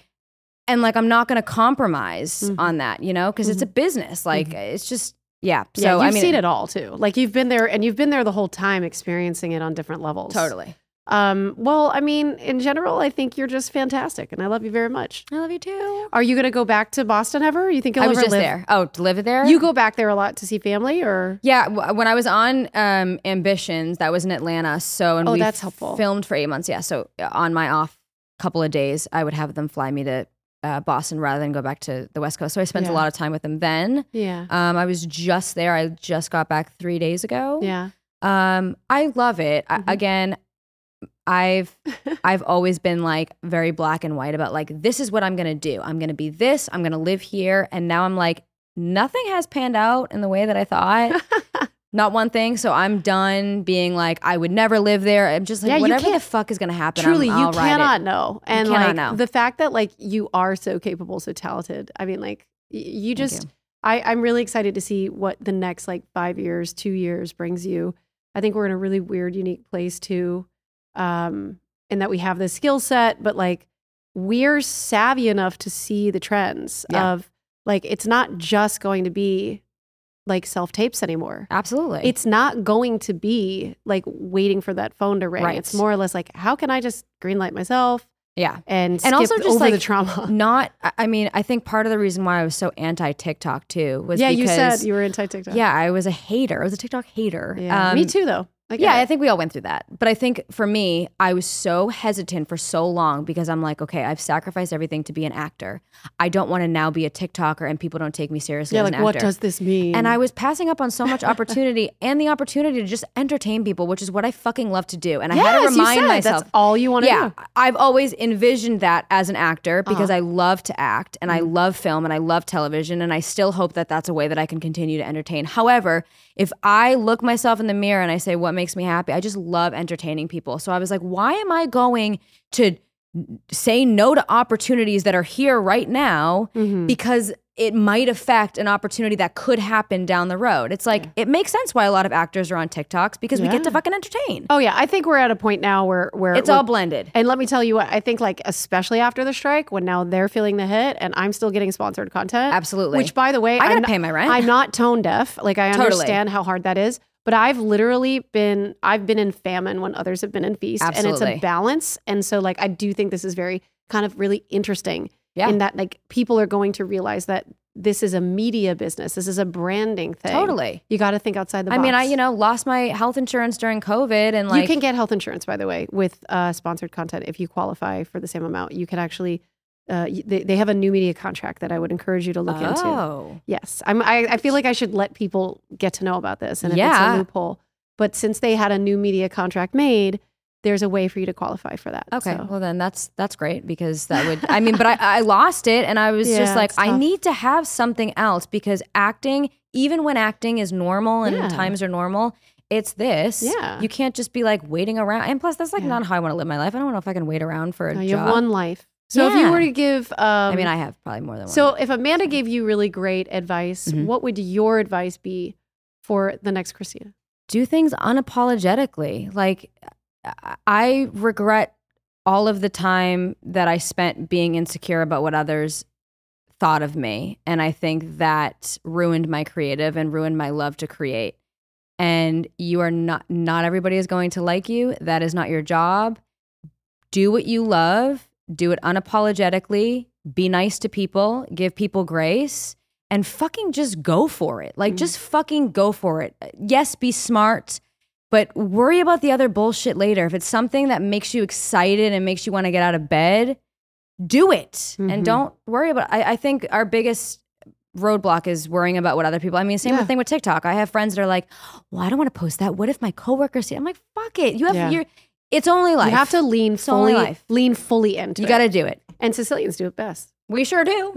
S2: and like I'm not going to compromise
S1: Mhm.
S2: on that, you know? because it's a business. Like it's just yeah. So
S1: Mm-hmm. yeah. You've
S2: I mean
S1: seen it all too. Like you've been there, and you've been there the whole time, experiencing it on different levels.
S2: totally.
S1: Um, well, I mean, in general, I think you're just fantastic, and I love you very much.
S2: I love you too.
S1: Are you going to go back to Boston ever? You think you'll
S2: I was
S1: ever
S2: just
S1: live
S2: there. Oh, to live there?
S1: You go back there a lot to see family, or
S2: Yeah, w- when I was on um, Ambitions, that was in Atlanta. So and
S1: Oh,
S2: we
S1: that's helpful.
S2: Filmed for eight months. Yeah, so uh, on my off couple of days, I would have them fly me to uh, Boston rather than go back to the West Coast. So I spent
S1: Yeah.
S2: a lot of time with them then.
S1: yeah,
S2: Um, I was just there. I just got back three days ago.
S1: yeah,
S2: Um, I love it.
S1: Mhm.
S2: I, again, I've I've always been like very black and white about like this is what I'm gonna do. I'm gonna be this. I'm gonna live here. And now I'm like nothing has panned out in the way that I thought. Not one thing. So I'm done being like, I would never live there. I'm just like,
S1: Yeah, you
S2: whatever the
S1: can't-
S2: fuck is gonna happen.
S1: Truly,
S2: I'm,
S1: you
S2: I'll ride it.
S1: cannot know. And
S2: cannot
S1: like
S2: know.
S1: the fact that like you are so capable, so talented. I mean, like y- you
S2: Thank
S1: just I, I'm really excited to see what the next like five years, two years brings you. I think we're in a really weird, unique place too. Um, in that we have this skill set, but like we're savvy enough to see the trends
S2: Yeah.
S1: of like it's not just going to be like self tapes anymore.
S2: Absolutely.
S1: It's not going to be like waiting for that phone to ring.
S2: Right.
S1: It's more or less like, how can I just greenlight myself
S2: yeah.
S1: and, skip
S2: also just,
S1: over
S2: like,
S1: the trauma?
S2: Not. I- I mean, I think part of the reason why I was so anti TikTok too was
S1: Yeah, you
S2: because-
S1: said you were anti TikTok.
S2: yeah, I was a hater. I was a TikTok hater.
S1: Yeah.
S2: Um,
S1: me too, though. I get
S2: yeah,
S1: it.
S2: I think we all went through that. But I think for me, I was so hesitant for so long because I'm like, okay, I've sacrificed everything to be an actor. I don't want to now be a TikToker and people don't take me seriously
S1: yeah,
S2: as
S1: like
S2: an
S1: what
S2: actor.
S1: does this mean?
S2: and I was passing up on so much opportunity and the opportunity to just entertain people, which is what I fucking love to do. And I had to
S1: Yes, you
S2: remind
S1: said
S2: myself
S1: that's all you want to
S2: yeah,
S1: do.
S2: I've always envisioned that as an actor because
S1: Uh-huh.
S2: I love to act and I
S1: Mm-hmm.
S2: love film and I love television and I still hope that that's a way that I can continue to entertain. However, if I look myself in the mirror and I say what makes me happy, I just love entertaining people. So I was like, why am I going to say no to opportunities that are here right now
S1: Mm-hmm.
S2: because it might affect an opportunity that could happen down the road. It's like it makes sense why a lot of actors are on TikToks because we get to fucking entertain.
S1: Oh yeah, I think we're at a point now where where
S2: it's
S1: we're-
S2: all blended.
S1: And let me tell you what, I think like especially after the strike, when now they're feeling the hit and I'm still getting sponsored content.
S2: Absolutely.
S1: Which by the way,
S2: I gotta
S1: I'm not-
S2: pay my rent.
S1: I'm not tone deaf. Like I
S2: Totally.
S1: understand how hard that is. But I've literally been I've been in famine when others have been in feast. And it's
S2: Absolutely.
S1: a balance. And so like I do think this is very kind of really interesting.
S2: Yeah.
S1: In that like people are going to realize that this is a media business. This is a branding thing.
S2: Totally.
S1: You gotta think outside the
S2: I
S1: box.
S2: mean, I you know lost my health insurance during COVID, and like
S1: you can get health insurance, by the way, with uh, sponsored content if you qualify for the same amount. You can actually, uh, y- they, they have a new media contract that I would encourage you to look into.
S2: oh,
S1: Yes, I'm, I, I feel like I should let people get to know about this and if it's
S2: Yeah.
S1: a loophole. But since they had a new media contract made, there's a way for you to qualify for that.
S2: okay.
S1: So-
S2: Well, then that's that's great because that would I mean, but I I lost it, and I was
S1: Yeah,
S2: just like,
S1: it's
S2: I
S1: tough.
S2: need to have something else because acting, even when acting is normal and
S1: Yeah.
S2: times are normal. It's this.
S1: Yeah.
S2: You can't just be like waiting around. And plus, that's like
S1: Yeah.
S2: not how I want to live my life. I don't know if I can wait around for a
S1: No,
S2: job.
S1: you have one life. So if you
S2: Yeah.
S1: were to give, um,
S2: I mean, I have probably more than one. Mm-hmm.
S1: so if Amanda gave you really great advice, what would your advice be for the next Christina?
S2: do things unapologetically. Like I- I regret all of the time that I spent being insecure about what others thought of me, and I think that ruined my creative and ruined my love to create. And you are not not everybody is going to like you. That is not your job. Do what you love, do it unapologetically, be nice to people, give people grace and fucking just go for it. Like,
S1: Mm.
S2: just fucking go for it. Yes, be smart, but worry about the other bullshit later. If it's something that makes you excited and makes you want to get out of bed, do it
S1: Mhm.
S2: and don't worry about I, I think our biggest roadblock is worrying about what other people I mean, same
S1: Yeah.
S2: thing with TikTok. I have friends that are like, Well, I don't want to post that. What if my coworkers see? it?" I'm like, fuck it. You have
S1: Yeah.
S2: your it's only life.
S1: You have to lean
S2: It's only
S1: fully,
S2: life.
S1: lean fully into
S2: You
S1: it.
S2: gotta do it.
S1: And Sicilians do it best.
S2: We sure do.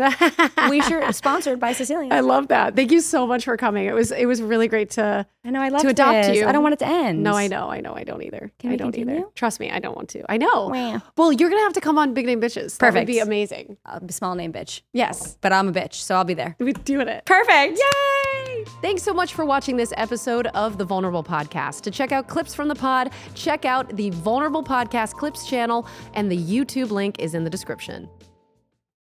S2: we sure sponsored by Sicilian.
S1: I love that. Thank you so much for coming. It was it was really great to.
S2: I know I love
S1: to adopt you.
S2: I don't want it to end.
S1: No, I know, I know, I don't either.
S2: Can
S1: I
S2: we
S1: don't either.
S2: continue?
S1: Trust me, I don't want to. I know.
S2: Wow.
S1: Well, you're gonna have to come on Big Name Bitches. That would
S2: Perfect.
S1: be amazing.
S2: I'm a small name bitch,
S1: Yes,
S2: but I'm a bitch, so I'll be there.
S1: we're doing it.
S2: Perfect.
S1: Yay! Thanks so much for watching this episode of The Vulnerable Podcast. To check out clips from the pod, check out the Vulnerable Podcast Clips channel, and the YouTube link is in the description.